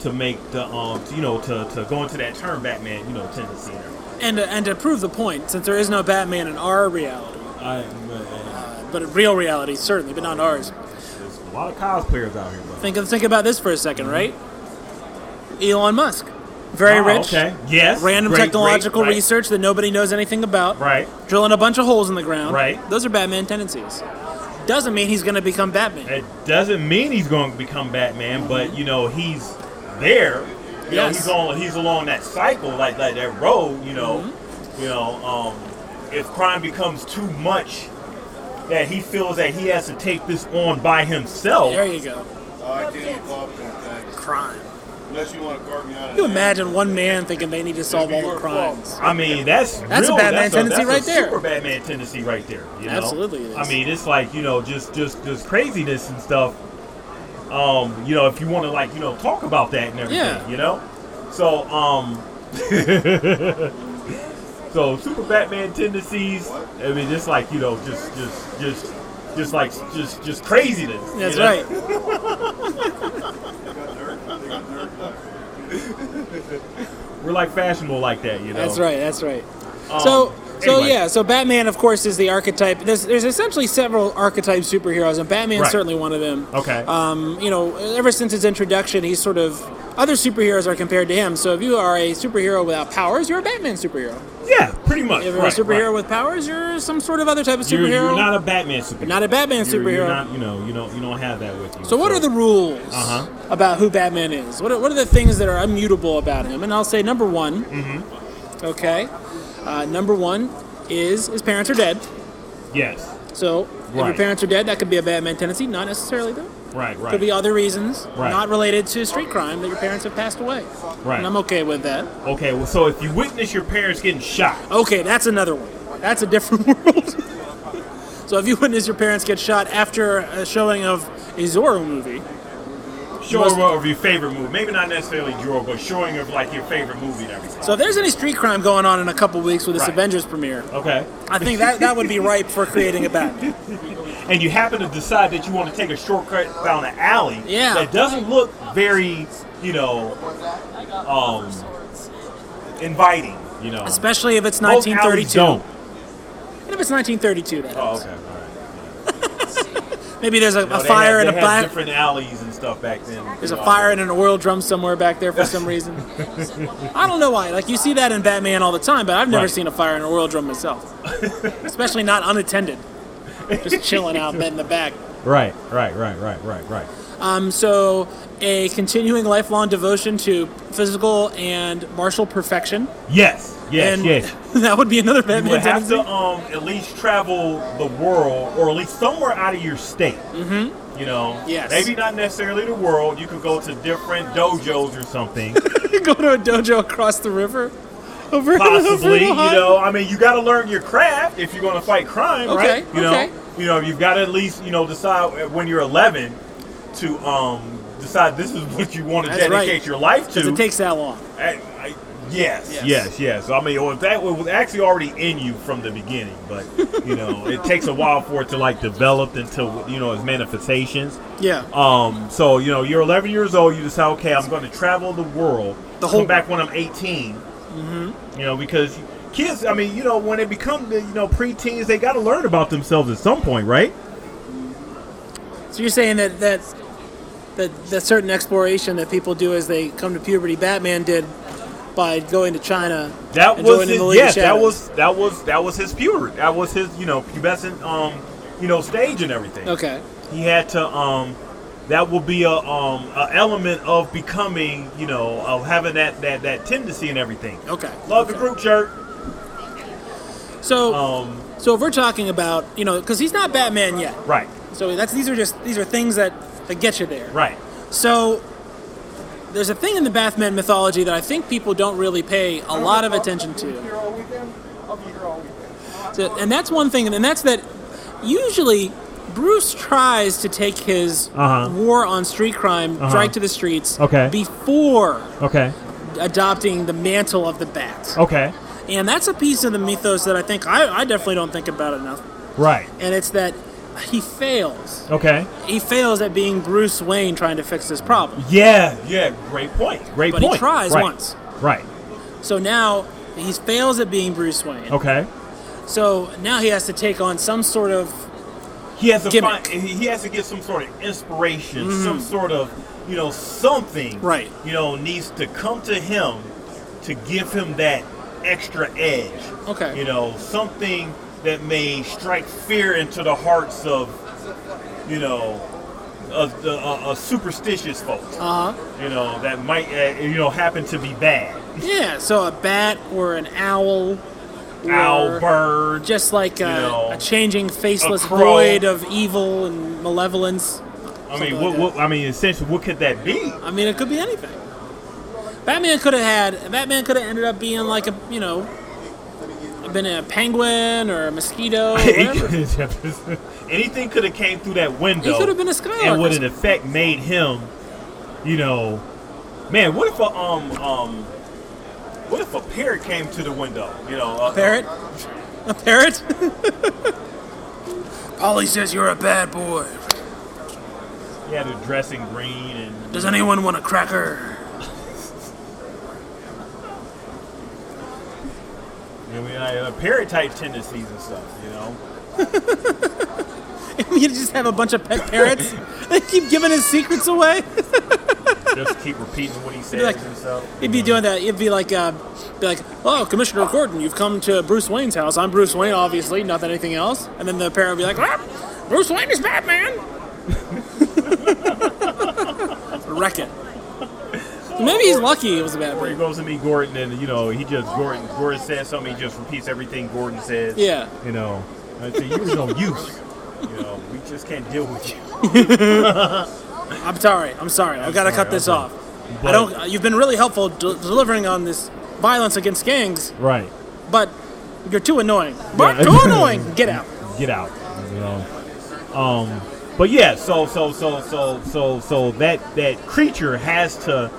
B: to make the um you know to to go into that term Batman you know tendency. And everything.
A: And to, and to prove the point, since there is no Batman in our reality,
B: I, uh,
A: but in real reality certainly, but not ours.
B: there's a lot of cosplayers out here, but
A: Think of think about this for a second, right? Elon Musk, very
B: Oh,
A: rich,
B: Mm-hmm. Okay. Yes.
A: random
B: Great,
A: technological
B: great,
A: research that nobody knows anything about,
B: Right.
A: drilling a bunch of holes in the ground.
B: Right.
A: Those are Batman tendencies. Doesn't mean he's going to become Batman.
B: It doesn't mean he's going to become Batman, but you know he's there. You know,
A: Yes.
B: he's on. He's along that cycle, like like that road. You know.
A: Mm-hmm.
B: You know. Um, if crime becomes too much, that he feels that he has to take this on by himself.
A: There you go.
H: Oh, I get involved in things.
A: Crime.
H: Unless you want to carve me out of
A: Can you
H: that.
A: imagine one man thinking they need to solve all the crimes?
B: I mean, that's
A: That's a
B: real-
A: Batman
B: that's
A: tendency
B: that's
A: right there.
B: Super Batman tendency right there. You know?
A: Absolutely it is.
B: I mean, it's like you know, just just just craziness and stuff. Um, you know, if you want to like you know talk about that and everything,
A: Yeah.
B: you know. So um, so super Batman tendencies. I mean, just like you know, just just just just like just just craziness. you
A: That's
B: know?
A: right.
B: We're like fashionable like that, you know.
A: That's right. That's right. so, so
B: Um, anyway.
A: yeah. So Batman, of course, is the archetype. There's, there's essentially several archetype superheroes, and Batman's
B: Right. Oh.
A: certainly one of them.
B: Okay.
A: Um, you know, ever since his introduction, he's sort of other superheroes are compared to him. So if you are a superhero without powers, you're a Batman superhero.
B: yeah, pretty much.
A: If you're
B: right,
A: a superhero
B: right.
A: with powers, you're some sort of other type of superhero.
B: You're, you're not a Batman superhero.
A: Not a Batman
B: You're- You're,
A: superhero.
B: not, you know, you don't, you don't have that with you.
A: So what are the rules
B: Uh-huh.
A: about who Batman is? What are, what are the things that are immutable about him? And I'll say number one.
B: Mm-hmm.
A: Okay. Uh, number one is his parents are dead.
B: Yes.
A: So if your
B: Right.
A: parents are dead, that could be a Batman tendency. Not necessarily though.
B: Right. Right.
A: Could be other reasons,
B: Right.
A: not related to street crime, that your parents have passed away.
B: Right.
A: And I'm okay with that.
B: okay. Well, so if you witness your parents getting shot,
A: Okay, that's another one. That's a different world. so if you witness your parents get shot after a showing of a Zorro movie, must-
B: showing of your favorite movie, maybe not necessarily your, but showing of like your favorite movie and everything.
A: so if there's any street crime going on in a couple weeks with this
B: Right.
A: Avengers premiere,
B: okay.
A: I think that, that would be ripe for creating a Batman.
B: And you happen to decide that you want to take a shortcut down an alley
A: Yeah.
B: that doesn't look very, you know, um, inviting. You know,
A: Especially if it's
B: Most alleys
A: 1932.
B: Don't.
A: What if it's 1932? That
B: Oh,
A: is?
B: okay. All right.
A: Maybe there's a,
B: No,
A: a
B: they
A: fire and
B: had,
A: a
B: they had
A: black.
B: different alleys and stuff back then.
A: There's a fire and an oil drum somewhere back there for some reason. I don't know why. Like you see that in Batman all the time, but I've never
B: Right.
A: seen a fire and an oil drum myself. Especially not unattended. Just chilling out, bed in the back.
B: Right, right, right, right, right, right.
A: Um, so a continuing lifelong devotion to physical and martial perfection.
B: Yes, yes,
A: and
B: yes.
A: that would be another
B: You
A: Batman
B: would have
A: tendency.
B: to um at least travel the world, or at least somewhere out of your state. Mm-hmm. You know,
A: Yes.
B: Maybe not necessarily the world. You could go to different dojos or something.
A: go to a dojo across the river. over and over
B: possibly.
A: and
B: You
A: over.
B: know, I mean, you got to learn your craft if you're going to fight crime,
A: Okay,
B: right? You know,
A: okay.
B: you know, you've got to at least you know decide when you're 11 to um decide this is what you want to
A: That's
B: dedicate
A: right.
B: your life
A: Because
B: to.
A: it takes that long.
B: I, I, yes,
A: Yes.
B: yes, yes, I mean, well, that was actually already in you from the beginning, but you know, it takes a while for it to like develop into you know its manifestations.
A: Yeah.
B: Um, so you know, you're 11 years old. You decide, okay, I'm going to travel the world.
A: The whole-
B: come back when I'm 18. Mm-hmm. You know, because kids, I mean, you know, when they become the you know preteens, they got to learn about themselves at some point, right?
A: So you're saying that that that that certain exploration that people do as they come to puberty, Batman did by going to China.
B: That
A: and
B: was
A: joining
B: his,
A: the League of
B: yes, that
A: Shadows.
B: was that was that was his puberty. That was his you know pubescent um you know stage and everything.
A: okay.
B: he had to um that will be a um a element of becoming you know of having that that that tendency and everything
A: Okay.
B: love the group shirt
A: So
B: um
A: so if we're talking about you know because he's not Batman yet,
B: right
A: so that's these are just these are things that that get you there.
B: right
A: So there's a thing in the Batman mythology that I think people don't really pay a lot of attention to.
D: Here all weekend. I'll be here all weekend.
A: So- and that's one thing, and that's that usually Bruce tries to take his
B: Uh-huh.
A: war on street crime
B: Uh-huh.
A: right to the streets
B: Okay.
A: before
B: okay
A: adopting the mantle of the bat.
B: okay
A: And that's a piece of the mythos that I think I, I definitely don't think about enough.
B: right
A: And it's that he fails.
B: okay
A: He fails at being Bruce Wayne trying to fix this problem.
B: yeah yeah great point great
A: But he
B: point
A: tries
B: right.
A: once.
B: right
A: So now he fails at being Bruce Wayne.
B: okay
A: So now he has to take on some sort of
B: he has to
A: Gimmick.
B: find, he he has to get some sort of inspiration some sort of you know something
A: Mm. Right.
B: you know needs to come to him to give him that extra edge
A: Okay.
B: you know something that may strike fear into the hearts of you know of the uh, uh, superstitious folks
A: uh
B: you know that might uh, you know happen to be bad
A: Yeah, so a bat or an owl. or
B: owl bird
A: Just like a,
B: know,
A: a changing faceless
B: a crow.
A: void of evil and malevolence.
B: i
A: something
B: mean
A: like
B: what,
A: that.
B: what i mean essentially what could that be
A: I mean, it could be anything. Batman could have had. Batman could have ended up being like a, you know, been a penguin or a mosquito. Or whatever.
B: Anything could have came through that window.
A: He could have been a
B: And
A: skylark.
B: would in effect made him, you know, man. What if a um um, what if a parrot came to the window? You know, a
A: parrot. A parrot.
F: Polly says you're a bad boy.
B: He had a dressing green and
F: Does anyone want a cracker?
B: you know, we had a parrot type uh, tendencies and stuff. You know,
A: you just have a bunch of pet parrots. they keep giving his secrets away.
B: just keep repeating what he says
A: like-
B: to himself.
A: He'd be doing that. He'd be like, uh, be like, "Oh, Commissioner Gordon, you've come to Bruce Wayne's house. I'm Bruce Wayne, obviously, not that anything else." And then the parrot would be like, "Ah, "Bruce Wayne is Batman." Wreck it. Maybe he's lucky it was a bad
B: Or he
A: break.
B: goes to meet Gordon, and you know he just Gordon. Gordon says something, he just repeats everything Gordon says.
A: Yeah.
B: You know, I say you're no use. You know, we just can't deal with you.
A: I'm sorry. I'm sorry. I've got to
B: sorry,
A: cut this
B: okay.
A: off. I
B: But-
A: don't. You've been really helpful de- delivering on this violence against gangs,
B: Right.
A: but you're too annoying. But
B: Yeah.
A: too annoying. Get out.
B: Get out. You know. Um. But yeah. So so so so so so that that creature has to,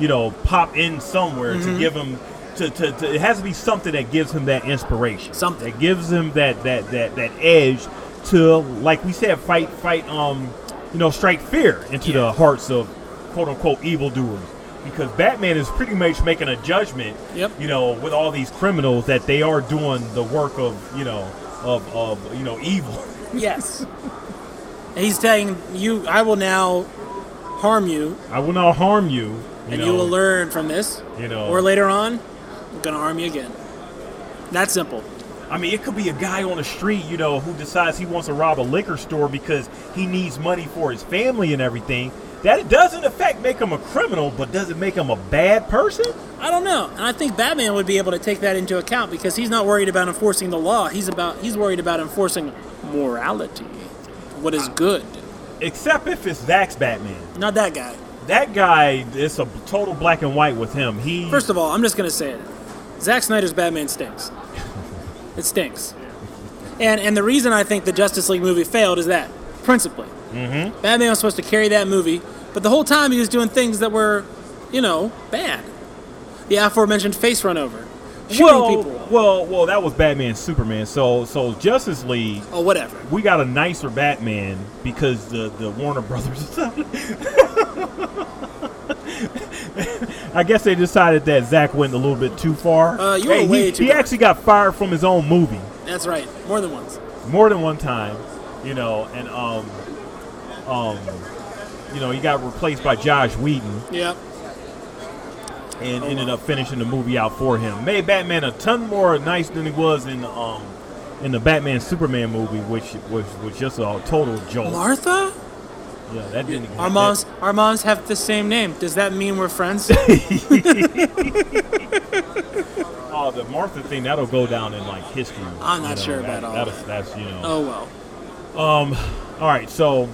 B: you know, pop in somewhere to give him. To, to, to, it has to be something that gives him that inspiration.
A: Something.
B: that gives him that that that that edge to, like we said, fight fight um, you know, strike fear into the hearts of quote unquote evildoers. Because Batman is pretty much making a judgment
A: Yep.
B: you know, with all these criminals that they are doing the work of, you know, of, of you know, evil.
A: Yes. He's saying you I will now harm you
B: I will not harm you. You
A: and
B: know,
A: you will learn from this.
B: You know.
A: Or later on, I'm gonna harm you again. That's simple.
B: I mean, it could be a guy on the street, you know, who decides he wants to rob a liquor store because he needs money for his family and everything. That it doesn't affect make him a criminal, but does it make him a bad person?
A: I don't know. And I think Batman would be able to take that into account because he's not worried about enforcing the law. He's about he's worried about enforcing morality. What is good.
B: Except if it's Vax Batman.
A: Not that guy.
B: That guy, it's a total black and white with him. He
A: First of all, I'm just gonna say it. Zack Snyder's Batman stinks. It stinks. And and the reason I think the Justice League movie failed is that principally,
B: Mm-hmm.
A: Batman was supposed to carry that movie, but the whole time he was doing things that were, you know, bad. The aforementioned face run over, shooting
B: well,
A: people,
B: well, well, that was Batman, Superman. So, so Justice League,
A: or Oh, whatever.
B: we got a nicer Batman because the the Warner Brothers. I guess they decided that Zach went a little bit too far.
A: Uh, you were
B: Hey,
A: way
B: he,
A: too
B: he
A: far.
B: actually got fired from his own movie
A: That's right, more than once.
B: more than one time, you know, and um, um, you know, he got replaced by Josh Whedon
A: Yeah.
B: and
A: Oh,
B: ended up finishing the movie out for him. Made Batman a ton more nice than he was in the, um in the Batman Superman movie, which was was just a total joke.
A: Martha?
B: Yeah, that didn't.
A: Our moms, our moms have the same name. Does that mean we're friends?
B: that- oh, the Martha thing that'll go down in like history.
A: I'm
B: you
A: not
B: know,
A: sure
B: that-
A: about all
B: That's that's you know.
A: oh well.
B: Um, all right, so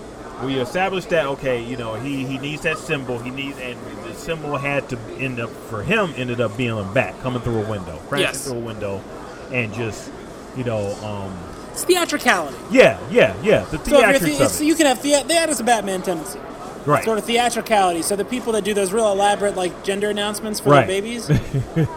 B: we established that okay, you know, he he needs that symbol. He needs, and the symbol had to end up for him ended up being a bat coming through a window, crashing
A: Yes.
B: through a window, and just you know, um,
A: It's theatricality.
B: yeah, yeah, yeah,
A: So
B: the
A: if
B: theatrics
A: you're the,
B: of
A: it's,
B: it,
A: you can have the, that is a Batman tendency.
B: right?
A: Sort of theatricality. So the people that do those real elaborate like gender announcements for
B: Right.
A: their babies,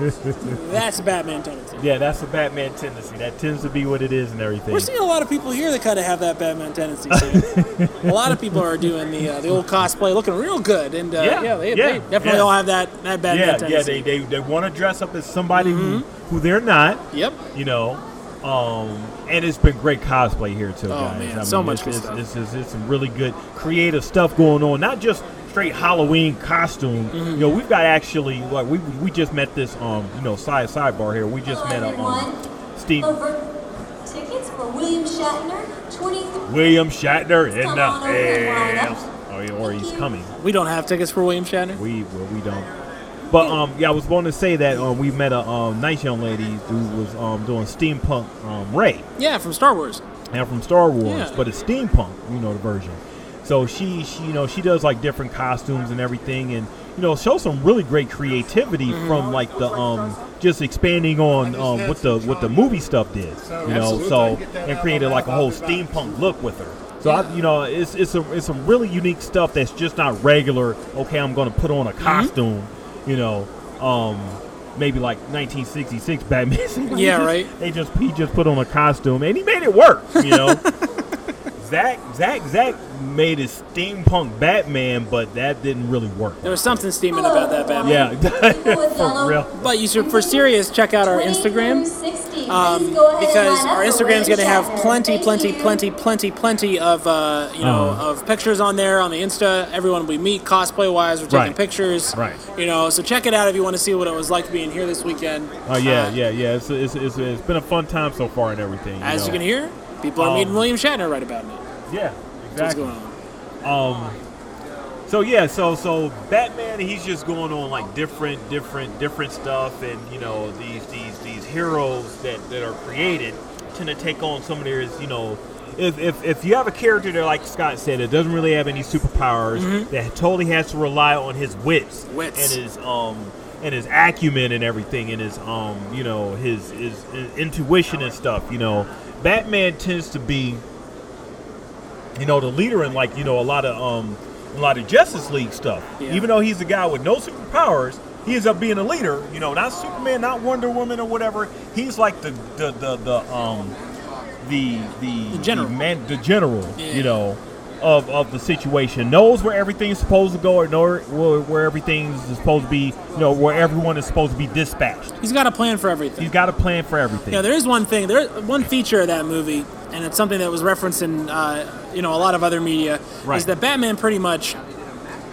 A: that's Batman tendency.
B: yeah, that's a Batman tendency. That tends to be what it is and everything.
A: We're seeing a lot of people here that kind of have that Batman tendency. Too. a lot of people are doing the uh, the old cosplay, looking real good, and uh,
B: Yeah,
A: yeah, they,
B: yeah,
A: they definitely
B: yeah.
A: all have that that Batman
B: yeah, yeah,
A: tendency. Mm-hmm.
B: they they, they want to dress up as somebody who who they're not.
A: Yep.
B: you know. Um, and it's been great cosplay here too,
A: Oh,
B: guys.
A: man, so much
B: it's,
A: good
B: it's,
A: stuff.
B: It's, it's, it's some really good creative stuff going on. Not just straight Halloween costume.
A: Mm-hmm.
B: You know, we've got actually like we we just met this um you know side sidebar here. We just met up um, Steve
I: Over tickets for William Shatner, 23.
B: William Shatner in
I: Come
B: the
I: on over here,
B: house. Oh, yeah, or he's coming.
A: We don't have tickets for William Shatner.
B: We well, we don't. But um, yeah, I was going to say that um, we met a um, nice young lady who was um, doing steampunk um, Ray.
A: Yeah, from Star Wars.
B: now from Star Wars,
A: Yeah.
B: but it's steampunk, you know, the version. So she, she, you know, she does like different costumes and everything, and you know, shows some really great creativity from like the um, just expanding on um, what the what the movie stuff did, you know, so and created like a whole steampunk look with her. So I, you know, it's it's a, it's some really unique stuff that's just not regular. Okay, I'm going to put on a costume, you know, um, maybe like 1966 Batman.
A: Yeah,
B: He just-
A: right.
B: They just he just put on a costume and he made it work. You know, Zach Zach Zach made his steampunk Batman, but that didn't really work.
A: There was something
I: Oh,
A: steaming about that Batman.
B: Yeah, for real.
A: But you should, for serious, check out our Instagram um, because our Instagram's going to have plenty, plenty, plenty, plenty, plenty of uh, you know
B: Uh-huh.
A: of pictures on there on the Insta. Everyone we meet, cosplay wise, we're taking
B: Right.
A: pictures.
B: Right.
A: You know, so check it out if you want to see what it was like being here this weekend.
B: Oh yeah,
A: Uh,
B: yeah, yeah. It's, it's, it's, it's been a fun time so far and everything.
A: As
B: know.
A: you can hear, people are
B: Um,
A: meeting William Shatner right about now.
B: yeah,
A: That's what's
B: exactly.
A: going on.
B: So yeah, so so Batman, he's just going on like different, different, different stuff, and you know these these these heroes that that are created tend to take on some of their you know. If, if, if you have a character that, like Scott said, that doesn't really have any superpowers, that totally has to rely on his wits,
A: Wits.
B: and his um and his acumen and everything, and his um you know his his, his intuition and stuff. You know, Batman tends to be you know, the leader in like you know a lot of um a lot of Justice League stuff.
A: Yeah.
B: Even though he's a guy with no superpowers, he ends up being a leader. You know, not Superman, not Wonder Woman or whatever. He's like the the the, the um the the,
A: The general.
B: the man the general.
A: Yeah.
B: You know. Of, of the situation knows where everything's supposed to go or know where, where everything's supposed to be you know where everyone is supposed to be dispatched
A: He's got a plan for everything.
B: he's got a plan for everything
A: Yeah, there is one thing, there one feature of that movie, and it's something that was referenced in uh, you know a lot of other media,
B: Right.
A: is that Batman pretty much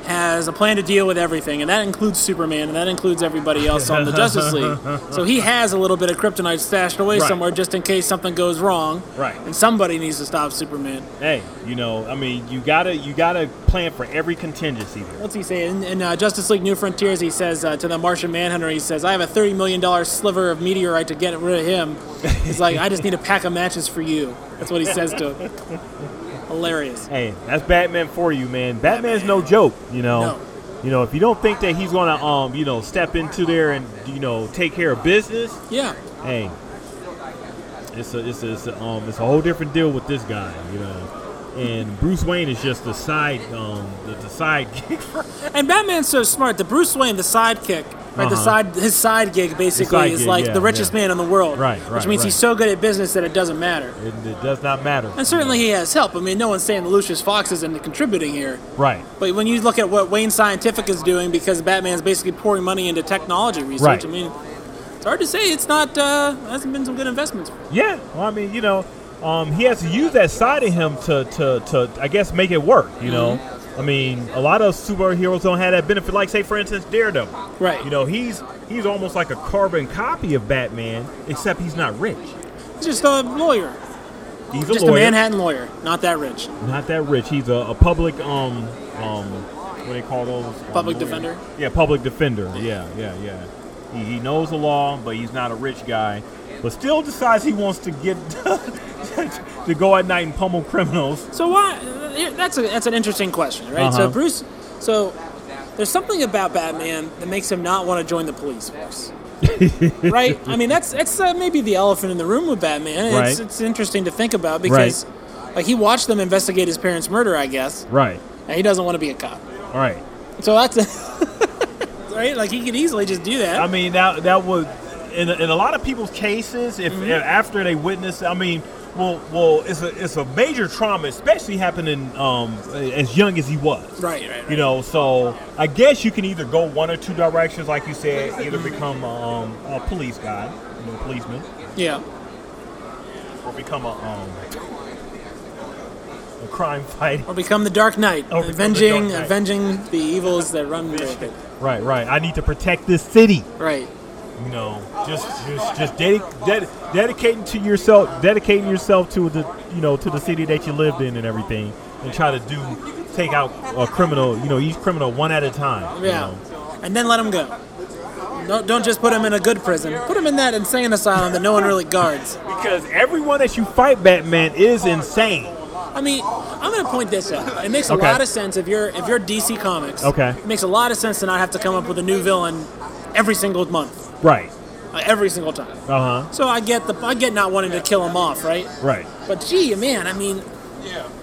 A: has a plan to deal with everything, and that includes Superman, and that includes everybody else on the Justice League. So he has a little bit of kryptonite stashed away
B: Right.
A: somewhere just in case something goes wrong,
B: Right.
A: and somebody needs to stop Superman.
B: hey you know I mean you gotta you gotta plan for every contingency there.
A: What's he saying? In, in uh, Justice League New Frontiers, he says uh, to the Martian Manhunter, he says, I have a $30 million sliver of meteorite to get rid of him. He's like, I just need a pack of matches for you. That's what he says to him. Hilarious.
B: Hey, that's Batman for you, man. Batman's no joke, you know.
A: No.
B: You know, if you don't think that he's gonna, um, you know, step into there and you know take care of business,
A: Yeah.
B: hey, it's a, it's a, it's a, um, it's a whole different deal with this guy, you know. And Bruce Wayne is just the side, um, the, the side gig,
A: And Batman's so smart. The Bruce Wayne, the sidekick, right? The
B: Uh-huh.
A: side, his side gig basically
B: side
A: is
B: gig,
A: like
B: yeah,
A: the richest
B: yeah.
A: man in the world,
B: Right,
A: Which
B: right,
A: means he's
B: right.
A: so good at business that it doesn't matter.
B: it, it does not matter.
A: And certainly he has help. I mean, no one's saying that Lucius Fox isn't contributing here.
B: right,
A: But when you look at what Wayne Scientific is doing, because Batman's basically pouring money into technology research,
B: Right.
A: I mean, it's hard to say it's not uh, hasn't been some good investments.
B: yeah. Well, I mean, you know, um, he has to use that side of him to, to, to, I guess, make it work. You know,
A: Mm-hmm.
B: I mean, a lot of superheroes don't have that benefit. Like, say, for instance, Daredevil.
A: Right.
B: You know, he's he's almost like a carbon copy of Batman, except he's not rich.
A: He's just a lawyer,
B: He's a
A: just
B: lawyer.
A: a Manhattan lawyer, not that rich.
B: Not that rich. He's a, a public um um what do they call those? Um,
A: Public
B: lawyer.
A: defender?
B: Yeah, public defender. Yeah, yeah, yeah. He, he knows the law, but he's not a rich guy. But still decides he wants to get to go at night and pummel criminals.
A: So why? uh, That's a, that's an interesting question, right?
B: Uh-huh.
A: So Bruce, so there's something about Batman that makes him not want to join the police force, right? I mean, that's that's uh, maybe the elephant in the room with Batman. It's
B: Right.
A: it's interesting to think about because like he watched them investigate his parents' murder, I guess,
B: Right.
A: and he doesn't want to be a cop.
B: All right.
A: So that's right. Like he could easily just do that.
B: I mean, that that would in a, in a lot of people's cases, if, if after they witness, I mean, well, well, it's a it's a major trauma, especially happening um, as young as he was.
A: Right, right, right.
B: You know, so I guess you can either go one or two directions, like you said, either become um, a police guy, you know, policeman,
A: yeah.
B: or become a um, a crime fighter.
A: Or become the Dark Knight,
B: Or become the
A: avenging
B: Dark Knight.
A: avenging the evils that run with it.
B: Right, right. I need to protect this city.
A: Right.
B: you know, just just just dedi- ded- dedicating to yourself, dedicating yourself to the you know to the city that you lived in and everything, and try to do take out a criminal, you know, each criminal one at a time. you
A: Yeah.
B: know.
A: And then let him go. Don't, don't just put him in a good prison. Put him in that insane asylum that no one really guards.
B: Because everyone that you fight, Batman, is insane.
A: I mean, I'm going to point this out. It makes a
B: Okay.
A: lot of sense if you're if you're DC Comics.
B: Okay.
A: It makes a lot of sense to not have to come up with a new villain every single month,
B: Right.
A: uh, every single time.
B: Uh huh.
A: So I get the I get not wanting to kill him off, right?
B: Right.
A: But gee, man, I mean,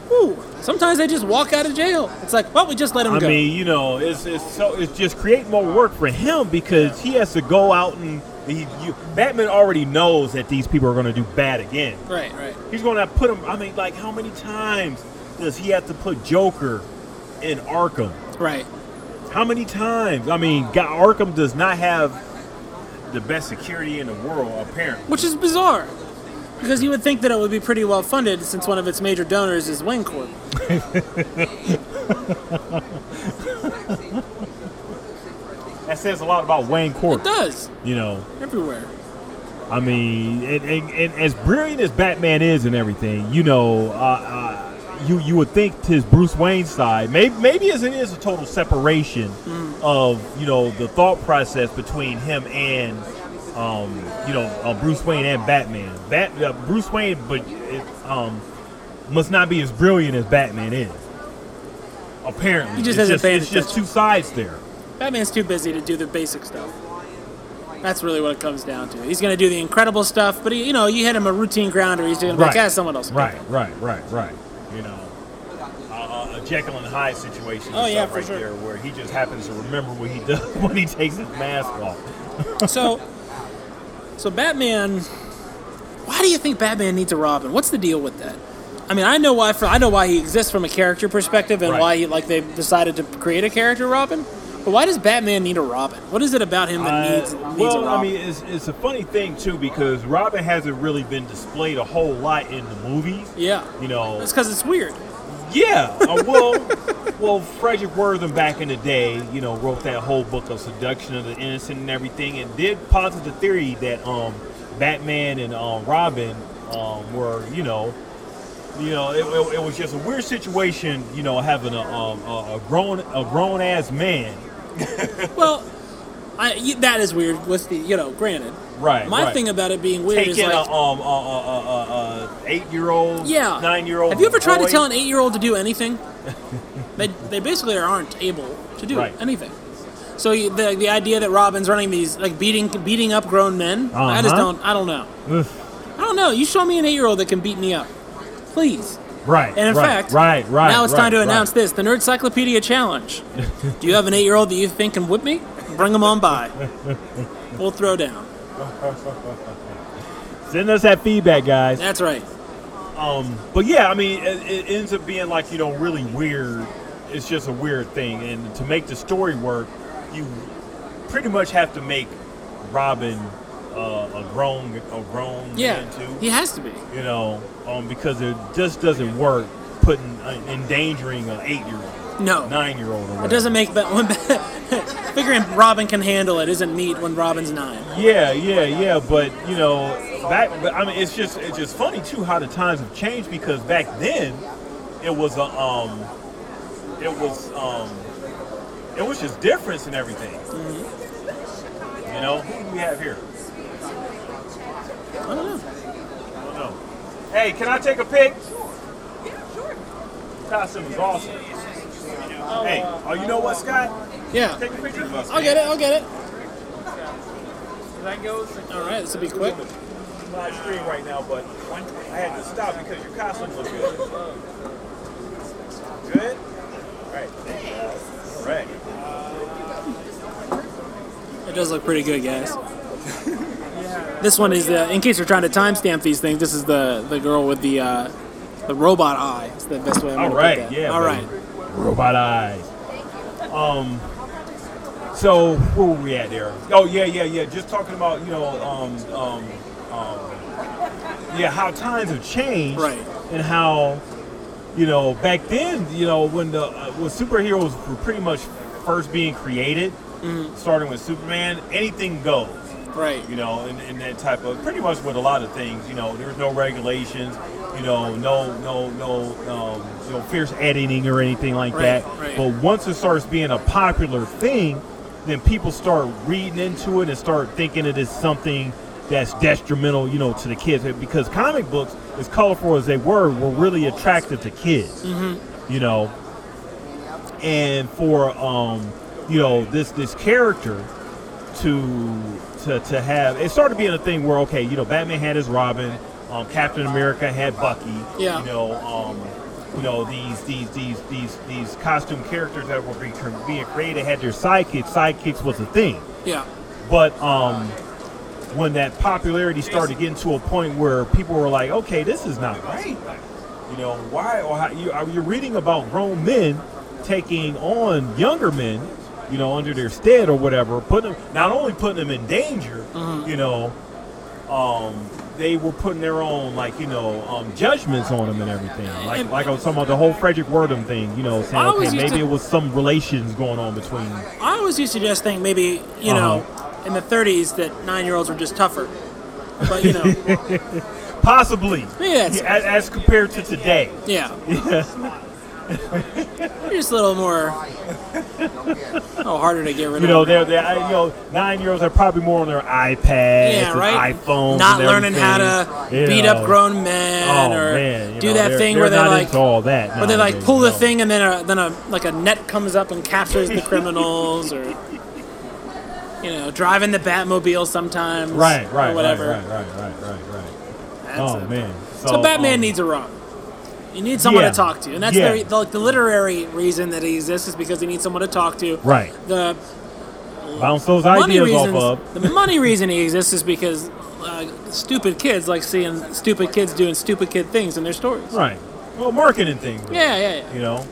A: whew, sometimes they just walk out of jail. It's like, well, we just let him
B: I
A: go.
B: mean, you know, it's it's so it's just create more work for him because he has to go out and he you, Batman already knows that these people are going to do bad again.
A: right, right.
B: He's gonna have to put him. I mean, like, how many times does he have to put Joker in Arkham?
A: Right.
B: How many times? I mean, God, Arkham does not have the best security in the world, apparently.
A: Which is bizarre. Because you would think that it would be pretty well funded since one of its major donors is Wayne Corp.
B: That says a lot about Wayne
A: It
B: Corp.
A: does.
B: You know,
A: Everywhere.
B: I mean, and, and, and as brilliant as Batman is and everything, you know, uh, uh, you you would think his Bruce Wayne side, maybe maybe as it is a total separation
A: Mm.
B: of you know the thought process between him and um, you know uh, Bruce Wayne and Batman. Bat uh, Bruce Wayne, but it, um, must not be as brilliant as Batman is. Apparently,
A: He just
B: it's
A: hasn't
B: just,
A: paid
B: it's just two sides there.
A: Batman's too busy to do the basic stuff. That's really what it comes down to. He's going to do the incredible stuff, but he, you know, you hit him a routine grounder, he's going to be like, yeah, someone else. will pick
B: Right, right, right, right. You know, uh, uh, a Jekyll and Hyde situation.
A: Oh,
B: and
A: yeah,
B: stuff
A: for
B: right
A: sure.
B: there where he just happens to remember what he does when he takes his mask off.
A: it." So, so Batman. Why do you think Batman needs a Robin? What's the deal with that? I mean, I know why. For, I know why he exists from a character perspective, and
B: Right.
A: why he, like they decided to create a character Robin. But why does Batman need a Robin? What is it about him that needs,
B: Uh,
A: needs a
B: well,
A: Robin?
B: I mean, it's, it's a funny thing too because Robin hasn't really been displayed a whole lot in the movies.
A: yeah,
B: You know,
A: that's because it's weird.
B: Yeah, uh, well, well, Frederick Wortham back in the day, you know, wrote that whole book of Seduction of the Innocent and everything, and did posit the theory that um, Batman and um, Robin um, were, you know, you know, it, it, it was just a weird situation, you know, having a um, a, a grown a grown ass man,
A: Well, I, y- that is weird. With the you know, granted,
B: right?
A: my
B: right.
A: thing about it being weird
B: taking
A: is like,
B: a um a, a, a, a eight year old,
A: yeah,
B: nine year old.
A: Have you ever tried to tell an eight-year-old to do anything? they they basically aren't able. to do
B: Right.
A: anything. So you- the the idea that Robin's running these like beating beating up grown men, I just
B: Uh-huh.
A: don't I don't know.
B: Ugh.
A: I don't know. You show me an eight year old that can beat me up, please.
B: Right.
A: And in
B: right,
A: fact,
B: right, right.
A: now it's
B: right,
A: time to
B: right.
A: announce this: the Nerd Cyclopedia Challenge. do you have an eight year old that you think can whip me? Bring them on by. We'll throw down.
B: Send us that feedback, guys.
A: That's right.
B: Um, but yeah, I mean, it, it ends up being like you know really weird. It's just a weird thing, and to make the story work, you pretty much have to make Robin uh, a grown, a grown
A: Yeah,
B: man too.
A: he has to be.
B: You know, um, because it just doesn't work putting uh, endangering an eight-year-old,
A: No,
B: nine-year-old.
A: it doesn't make. But when figuring Robin can handle it isn't meat when Robin's nine.
B: Yeah, yeah, yeah, but you know, back. But I mean, it's just it's just funny too how the times have changed because back then it was a um, it was um, it was just difference in everything. You know, who do we have here?
A: I don't know.
B: I don't know. Hey, can I take a pic? Costume is awesome. Hey, oh, you know what, Scott?
A: Yeah,
B: Take a picture of us.
A: I'll get it. I'll get it.
G: That goes.
A: All right, this will be quick.
B: Live stream right now, but I had to stop because your costume looks good.
C: Good?
B: Right.
A: It does look pretty good, guys. this one is the. In case you're trying to timestamp these things, this is the the girl with the uh, the robot eye. It's the best way. I'm
B: All
A: gonna
B: right,
A: put that.
B: yeah,
A: All
B: baby.
A: right.
B: Robot eyes. Um. So where were we at there? Oh yeah, yeah, yeah. Just talking about you know um um um yeah how times have changed
A: Right.
B: and how you know back then you know when the uh, when superheroes were pretty much first being created,
A: Mm-hmm.
B: starting with Superman, anything goes
A: Right.
B: you know, and, and that type of pretty much with a lot of things, you know, there's no regulations, you know, no no no um, you know fierce editing or anything like
A: Right,
B: that.
A: right.
B: But once it starts being a popular thing, then people start reading into it and start thinking it is something that's detrimental, you know, to the kids because comic books, as colorful as they were, were really attractive to kids.
A: Mm-hmm.
B: You know, and for um, you know this this character to to to have it started being a thing where okay you know Batman had his Robin, um, Captain America had Bucky,
A: Yeah.
B: you know um, you know these these these these these costume characters that were being, being created had their sidekicks. Sidekicks was a thing,
A: Yeah.
B: but um, when that popularity started getting to a point where people were like, okay, this is not right. You know, why? Or how, you, are you reading about grown men taking on younger men, you know, under their stead or whatever, putting them, not only putting them in danger,
A: Mm-hmm.
B: you know, um, they were putting their own, like, you know, um, judgments on them and everything. Like,
A: And-
B: like I was talking about the whole Frederick Wordham thing, you know,
A: I
B: saying,
A: always
B: okay,
A: used
B: maybe
A: to-
B: it was some relations going on between.
A: I always used to just think maybe
B: Uh-huh.
A: you know in the 30s that nine year olds were just tougher, but you know
B: Possibly.
A: Yeah, it's-
B: Yeah, as, as compared to today.
A: yeah. You're just a little more. A little harder to get rid
B: You
A: of.
B: know, they're, they're I- you know, nine year olds are probably more on their iPads,
A: Yeah, right.
B: and iPhones,
A: Not
B: and
A: learning how to
B: everything. You
A: beat
B: know.
A: up grown men
B: Oh,
A: or
B: man, you
A: do
B: know,
A: that
B: they're-
A: thing
B: they're
A: where they
B: not
A: like,
B: into all that
A: where they like
B: nowadays,
A: pull
B: you
A: the
B: know.
A: thing and then a then a like a net comes up and captures the criminals or you know driving the Batmobile sometimes.
B: Right, right,
A: or whatever.
B: right, right, right, right, right, right.
A: That's
B: Oh
A: it.
B: man.
A: So, Batman
B: um,
A: needs a Robin. You need someone
B: Yeah.
A: to talk to, and that's
B: Yeah.
A: the, the, like, the literary reason that he exists is because he needs someone to talk to.
B: Right.
A: The
B: Bounce those
A: money
B: ideas
A: reasons,
B: off of.
A: the money reason he exists is because uh, stupid kids like seeing stupid kids doing stupid kid things in their stories.
B: Right. Well, marketing thing. really.
A: Yeah, yeah, yeah.
B: You know,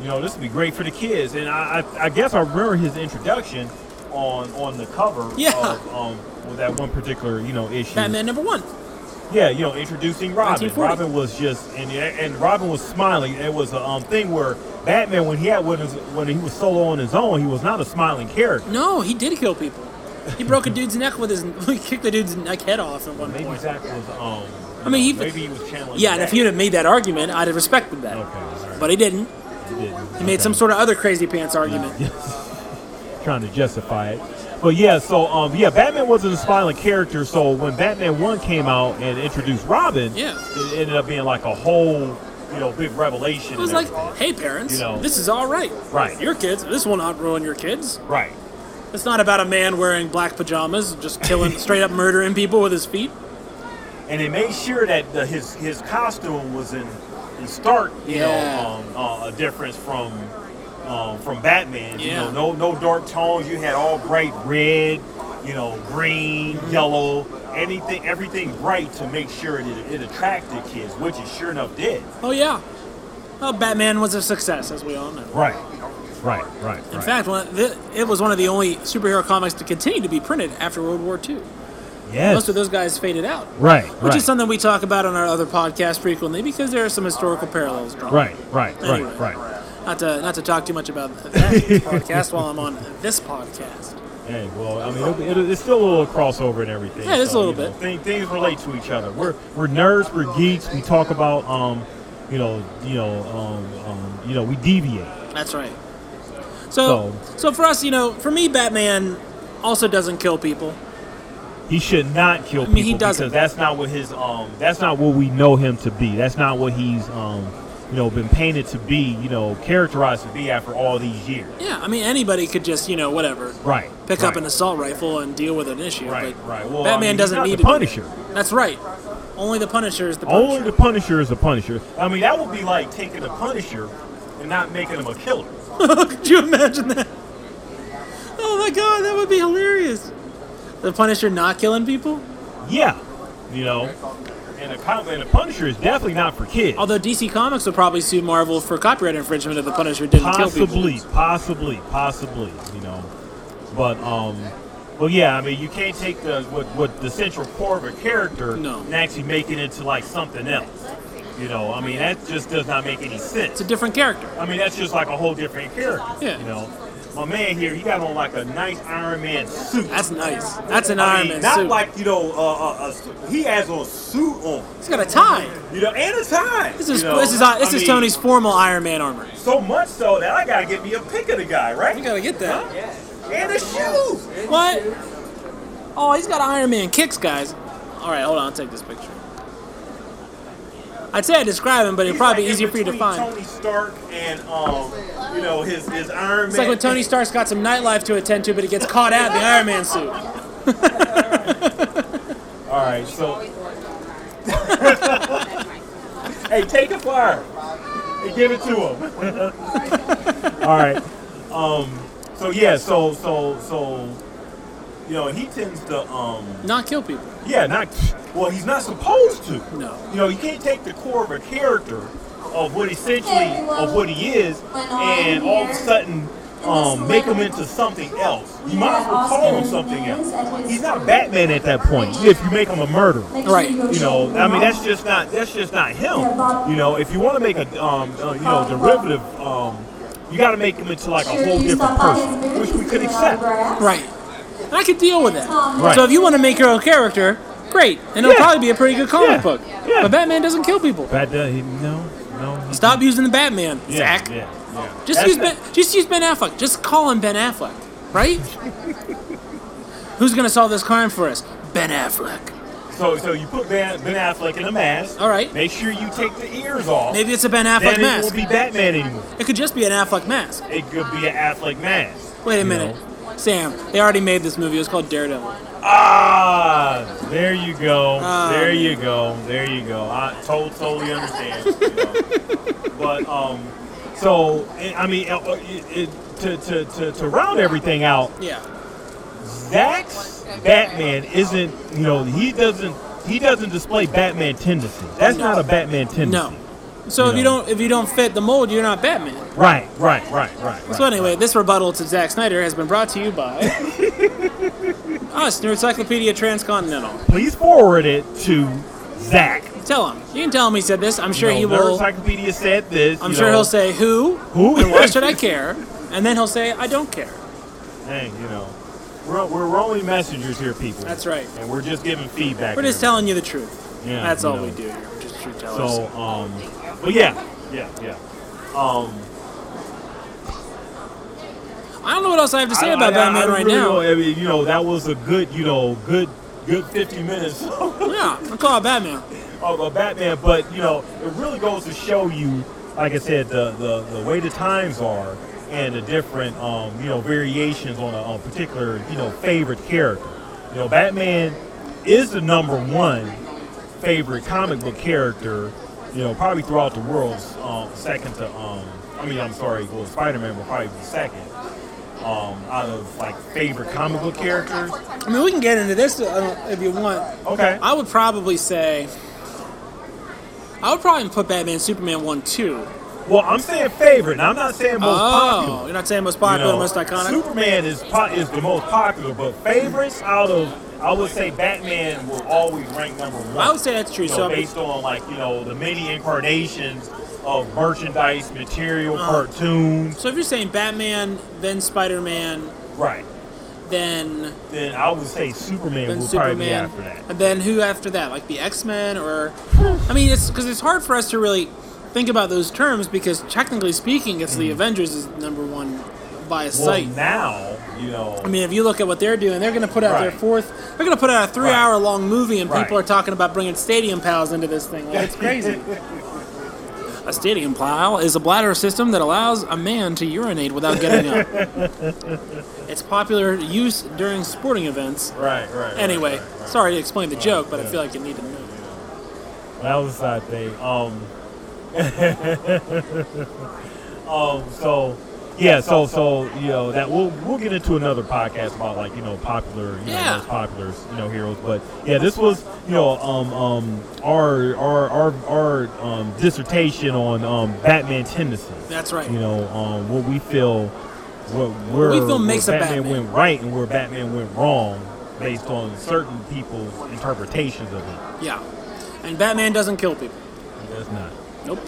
B: you know, this would be great for the kids. And I, I, I guess I remember his introduction on on the cover
A: Yeah.
B: of um, with that one particular you know issue.
A: Batman number one.
B: Yeah, you know, introducing Robin.
A: 1940.
B: Robin was just and and Robin was smiling. It was a um, thing where Batman, when he had when, his, when he was solo on his own, he was not a smiling character.
A: No, he did kill people. He broke a dude's neck with his. He kicked the dude's neck head off at one
B: Maybe
A: point.
B: Zach was um. you
A: I mean, he-
B: know, maybe he was channeling.
A: Yeah, and if
B: Zach.
A: you'd have made that argument, I'd have respected that.
B: Okay, all right.
A: But he didn't.
B: He didn't.
A: He made some sort of other crazy pants argument.
B: trying to justify it. But yeah, so um, yeah, Batman wasn't a smiling character. So when Batman One came out and introduced Robin,
A: Yeah.
B: it ended up being like a whole you know, big revelation.
A: It was
B: and
A: like, hey, parents,
B: You know.
A: this is all right.
B: Right.
A: Your kids, this will not ruin your kids.
B: everything. right.
A: It's not about a man wearing black pajamas, just killing, straight up murdering people with his feet.
B: and they made sure that the, his his costume was in, in stark, you
A: Yeah.
B: know, um, uh, a difference from um, from Batman.
A: Yeah.
B: You know, no no dark tones. You had all bright red, you know, green,
A: Mm-hmm.
B: yellow, anything, everything bright to make sure that it, it attracted kids, which it sure enough did.
A: Oh, yeah. Well, Batman was a success, as we all know.
B: Right, right, right.
A: In fact, one, th- it was one of the only superhero comics to continue to be printed after World War II.
B: yes,
A: Most of those guys faded out,
B: right,
A: which is something we talk about on our other podcast frequently because there are some historical parallels drawn.
B: right,
A: right, Anyway.
B: right.
A: Not to not to talk too much about that podcast while I'm on this podcast.
B: Hey, well, I mean, it'll be, it'll, it's still a little crossover and everything.
A: Yeah, it's a little
B: you know,
A: bit.
B: thing- things relate to each other. We're we're nerds. We're geeks. We talk about um, you know, you know, um, um you know, we deviate.
A: That's right. So, so for us, you know, for me, Batman also doesn't kill people.
B: He should not kill people
A: mean, he doesn't.
B: because that's not what his um, that's not what we know him to be. That's not what he's um, you know, been painted to be. You know, characterized to be after all these years.
A: Yeah, I mean anybody could just you know whatever
B: Right.
A: pick up
B: right.
A: an assault rifle and deal with an issue.
B: Right,
A: but
B: right. Well, I
A: Batman
B: mean, he's
A: doesn't
B: not
A: need
B: the
A: to do that.
B: Punisher.
A: That's right. Only the Punisher is the Punisher.
B: Only the Punisher is the Punisher. I mean, that would be like taking the Punisher and not making him a killer.
A: Could you imagine that? Oh my god, that would be hilarious. The Punisher not killing people?
B: Yeah, you know, and the Com- and the Punisher is definitely not for kids.
A: Although DC Comics would probably sue Marvel for copyright infringement if the Punisher didn't kill people.
B: Possibly, possibly, possibly, you know, but um, well, yeah, I mean, you can't take the what what the central core of a character
A: No.
B: and actually make it into like something else. You know, I mean, that just does not make any sense.
A: It's a different character.
B: I mean, that's just like a whole different character.
A: Yeah.
B: You know, my man here, he got on like a nice Iron Man suit.
A: That's nice. That's an
B: I
A: Iron
B: mean,
A: Man
B: not
A: suit.
B: like
C: You know, uh, uh, uh, he has on a suit on.
A: He's got a tie.
B: you know, and a tie.
A: This is
B: you know?
A: this is uh, this
B: I
A: is
B: mean,
A: Tony's formal Iron Man armor.
B: So much so that I gotta get me a pick of the guy,
A: You
B: right?
A: gotta get that.
B: And the shoes.
A: What? Oh, he's got Iron Man kicks, guys. All right, hold on. I'll take this picture. I'd say I describe him, but it'd
B: He's
A: probably be
B: like in
A: easier for you to
B: between
A: find.
B: Tony Stark and um, you know his his Iron Man.
A: It's like when Tony Stark's got some nightlife to attend to, but he gets caught out in the Iron Man suit.
B: All right, so. hey, take a flyer and give it to him. All right. Um. So yeah. So so so. You know, he tends to um.
A: Not kill people.
B: Yeah, not well. He's not supposed to.
A: No.
B: You know, you can't take the core of a character of what essentially of what he is, and all of a sudden um, make him into something else. You might as well call him something else. He's not Batman at that point. If you make him a murderer,
A: Right.
B: you know, I mean, that's just not that's just not him. You know, if you want to make a um, uh, you know derivative um. You got to make him into like a whole different person, which we could accept.
A: Right. And I could deal with that.
B: Right.
A: So if you want to make your own character, great. And it'll
B: Yeah.
A: probably be a pretty good comic
B: Yeah.
A: book.
B: Yeah.
A: But Batman doesn't kill people.
B: Bad, no, no.
A: Stop using the Batman,
B: Yeah,
A: Zach.
B: yeah, yeah.
A: Just
B: That's
A: use
B: not-
A: ben, just use Ben Affleck. Just call him Ben Affleck, right? Who's gonna solve this crime for us? Ben Affleck.
B: So, so you put Ben, ben Affleck in a mask.
A: All right.
B: Make sure you take the ears off.
A: Maybe it's a Ben
B: then
A: Affleck
B: it
A: mask.
B: won't be Batman anymore.
A: it could just be an Affleck mask.
B: It could be an Affleck mask.
A: Wait a
B: you
A: minute,
B: know.
A: Sam. They already made this movie. It was called Daredevil.
B: Ah, there you go.
A: Um,
B: there you go. There you go. I to- totally understand. you know. But um, so I I mean, uh, it, it, to, to, to to round everything out,
A: Yeah.
B: Zach's Batman isn't. You know, he doesn't. He doesn't display Batman tendencies. That's not a Batman tendency.
A: No. So if you don't if you don't fit the mold, you're not Batman.
B: Right. Right. Right. Right. right.
A: So anyway, this rebuttal to Zack Snyder has been brought to you by us, New Encyclopedia Transcontinental.
B: please forward it to Zach.
A: Tell him. You can tell him he said this. I'm sure
B: You know,
A: he
B: Nerd
A: will.
B: Encyclopedia said this.
A: I'm
B: you
A: sure
B: know.
A: he'll say who.
B: Who?
A: And why should I care? And then he'll say I don't care.
B: Hey, you know, we're, we're only messengers here, people.
A: That's right.
B: And we're just giving feedback.
A: We're just
B: here.
A: telling you the truth.
B: Yeah,
A: That's
B: you
A: all
B: know.
A: we do. here. We're just truth tellers.
B: So, um, but yeah, yeah, yeah. Um,
A: I don't know what else I have to say
B: I-
A: about
B: I- I
A: Batman right
B: really
A: now.
B: don't- I mean, you know, that was a good, you know, good, good 50 minutes of
A: Yeah, I call it Batman.
B: a Batman, but you know, it really goes to show you, like I said, the the, the way the times are and the different um, you know variations on a, on a particular you know favorite character. You know, Batman is the number one favorite comic book character. You know, probably throughout the world, um, second to um, I mean, I'm sorry, well, Spider-Man will probably be second. Um, out of like favorite comic book characters.
A: I mean, we can get into this uh, if you want.
B: Okay.
A: I would probably say. I would probably put Batman, Superman one, two.
B: Well, I'm saying favorite, and I'm not saying most
A: oh,
B: popular.
A: you're not saying most popular,
B: You know,
A: most iconic.
B: Superman is po- is the most popular, but favorites out of I would say Batman will always rank number one.
A: I would say that's true.
B: you know,
A: so I mean,
B: based on like you know the many incarnations of merchandise, material,
A: Uh-huh.
B: cartoons,
A: so if you're saying Batman, then Spider Man,
B: right?
A: then
B: Then I would say Superman
A: then
B: will probably be
A: Superman,
B: after that.
A: and then who after that? Like the X Men, or I mean, it's because it's hard for us to really think about those terms because technically speaking, it's the Avengers is number one by a
B: Mm-hmm. Well,
A: sight.
B: now you know.
A: I mean, if you look at what they're doing, they're going to put out their
B: Right.
A: fourth. They're going to put out a three-hour-long movie, and people
B: Right.
A: are talking about bringing stadium pals into this thing. Like, it's crazy. a stadium pal is a bladder system that allows a man to urinate without getting up. it's popular use during sporting events.
B: Right, right. right,
A: Anyway,
B: right, right.
A: sorry to explain the joke, but I
B: yeah.
A: feel like you need to know.
B: That was a side thing. Um, um, so yeah, so so you know that we'll we'll get into another podcast about like you know popular you
A: Yeah.
B: know most popular you know heroes, but yeah, this was you know um um our our our our um, dissertation on um Batman tendencies.
A: That's right.
B: You know um what we feel what where,
A: we feel
B: where
A: makes a
B: Batman,
A: Batman.
B: went right and where Batman went wrong based on certain people's interpretations of it.
A: Yeah, and Batman doesn't kill people.
B: That's not.
A: Nope.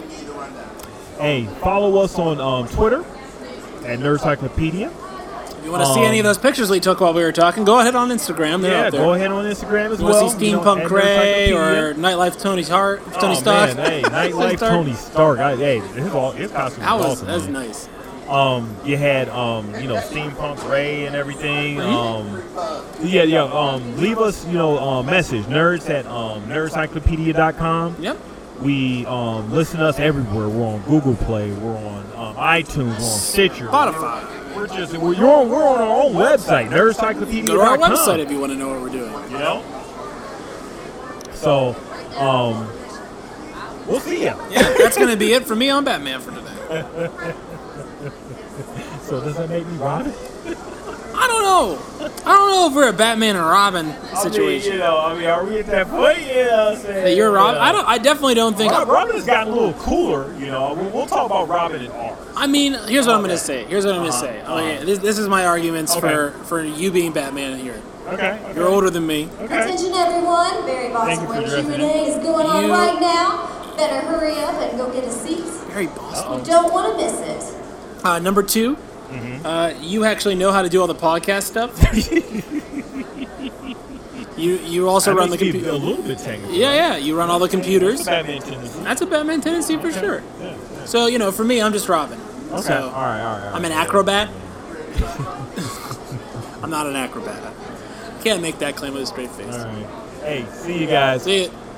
B: Hey, follow us on um, Twitter at Nerdcyclopedia.
A: If you want to see
B: Um,
A: any of those pictures we took while we were talking, go ahead on Instagram. They're
B: Yeah,
A: out there.
B: go ahead on Instagram as
A: You want
B: well.
A: to see
B: you know,
A: Steampunk
B: at
A: Gray or
B: Nerdcyclopedia.
A: Nightlife Tony's Heart, Tony
B: oh,
A: Stark?
B: Man, hey, Nightlife Tony Stark. I, hey, his, all, his costume
A: That
B: was
A: was
B: awesome.
A: that's
B: man.
A: nice.
B: Um, you had um, you know, Steampunk Gray and everything. Um, yeah, yeah. Um, leave us, you know, um, message nerds at um, nerdcyclopedia.com.
A: Yep.
B: We um, listen to us everywhere. We're on Google Play. We're on um, iTunes. We're on Stitcher.
A: Spotify.
B: We're just we're, you're on, we're on our own website, nerdcyclopedia.com.
A: Go to our website if you want to know what we're doing.
B: you know. So, um, we'll see ya.
A: Yeah, that's gonna be it for me on Batman for today.
B: So does that make me Robin?
A: I don't know. I don't know if we're a Batman and Robin situation.
B: I mean, you know, I mean, are we at that point? Yeah.
A: That you're Robin. I don't. I definitely don't think.
B: Rob, Robin's gotten a little cooler, you know. We'll, we'll talk about Robin and R.
A: I mean, here's what I'm gonna say. Here's what I'm gonna say.
B: Uh-huh,
A: Oh, yeah, this, this is my arguments
B: Okay.
A: for for you being Batman here.
B: Okay.
A: You're older than me.
B: Okay.
I: Attention everyone, Barry
B: you
I: Boston
B: for
I: Web
B: addressing
I: Q&A is going on
A: You-
I: right now. Better hurry up and go get a seat.
A: Very boss.
B: Oh.
I: You don't want to miss it.
A: Uh, number 2
B: Mm-hmm.
A: uh, you actually know how to do all the podcast stuff. you you also
B: That
A: run the
B: makes me
A: computer.
B: A little bit technical.
A: Yeah, yeah. You run all the
B: What's
A: computers.
B: the Batman tendency?
A: That's a Batman tendency for sure.
B: Yeah.
A: So you know, for me, I'm just Robin.
B: Okay.
A: So
B: all right. All right. all
A: I'm an
B: right.
A: acrobat. I'm not an acrobat. Can't make that claim with a straight face.
B: All right. Hey, see you guys.
A: See it.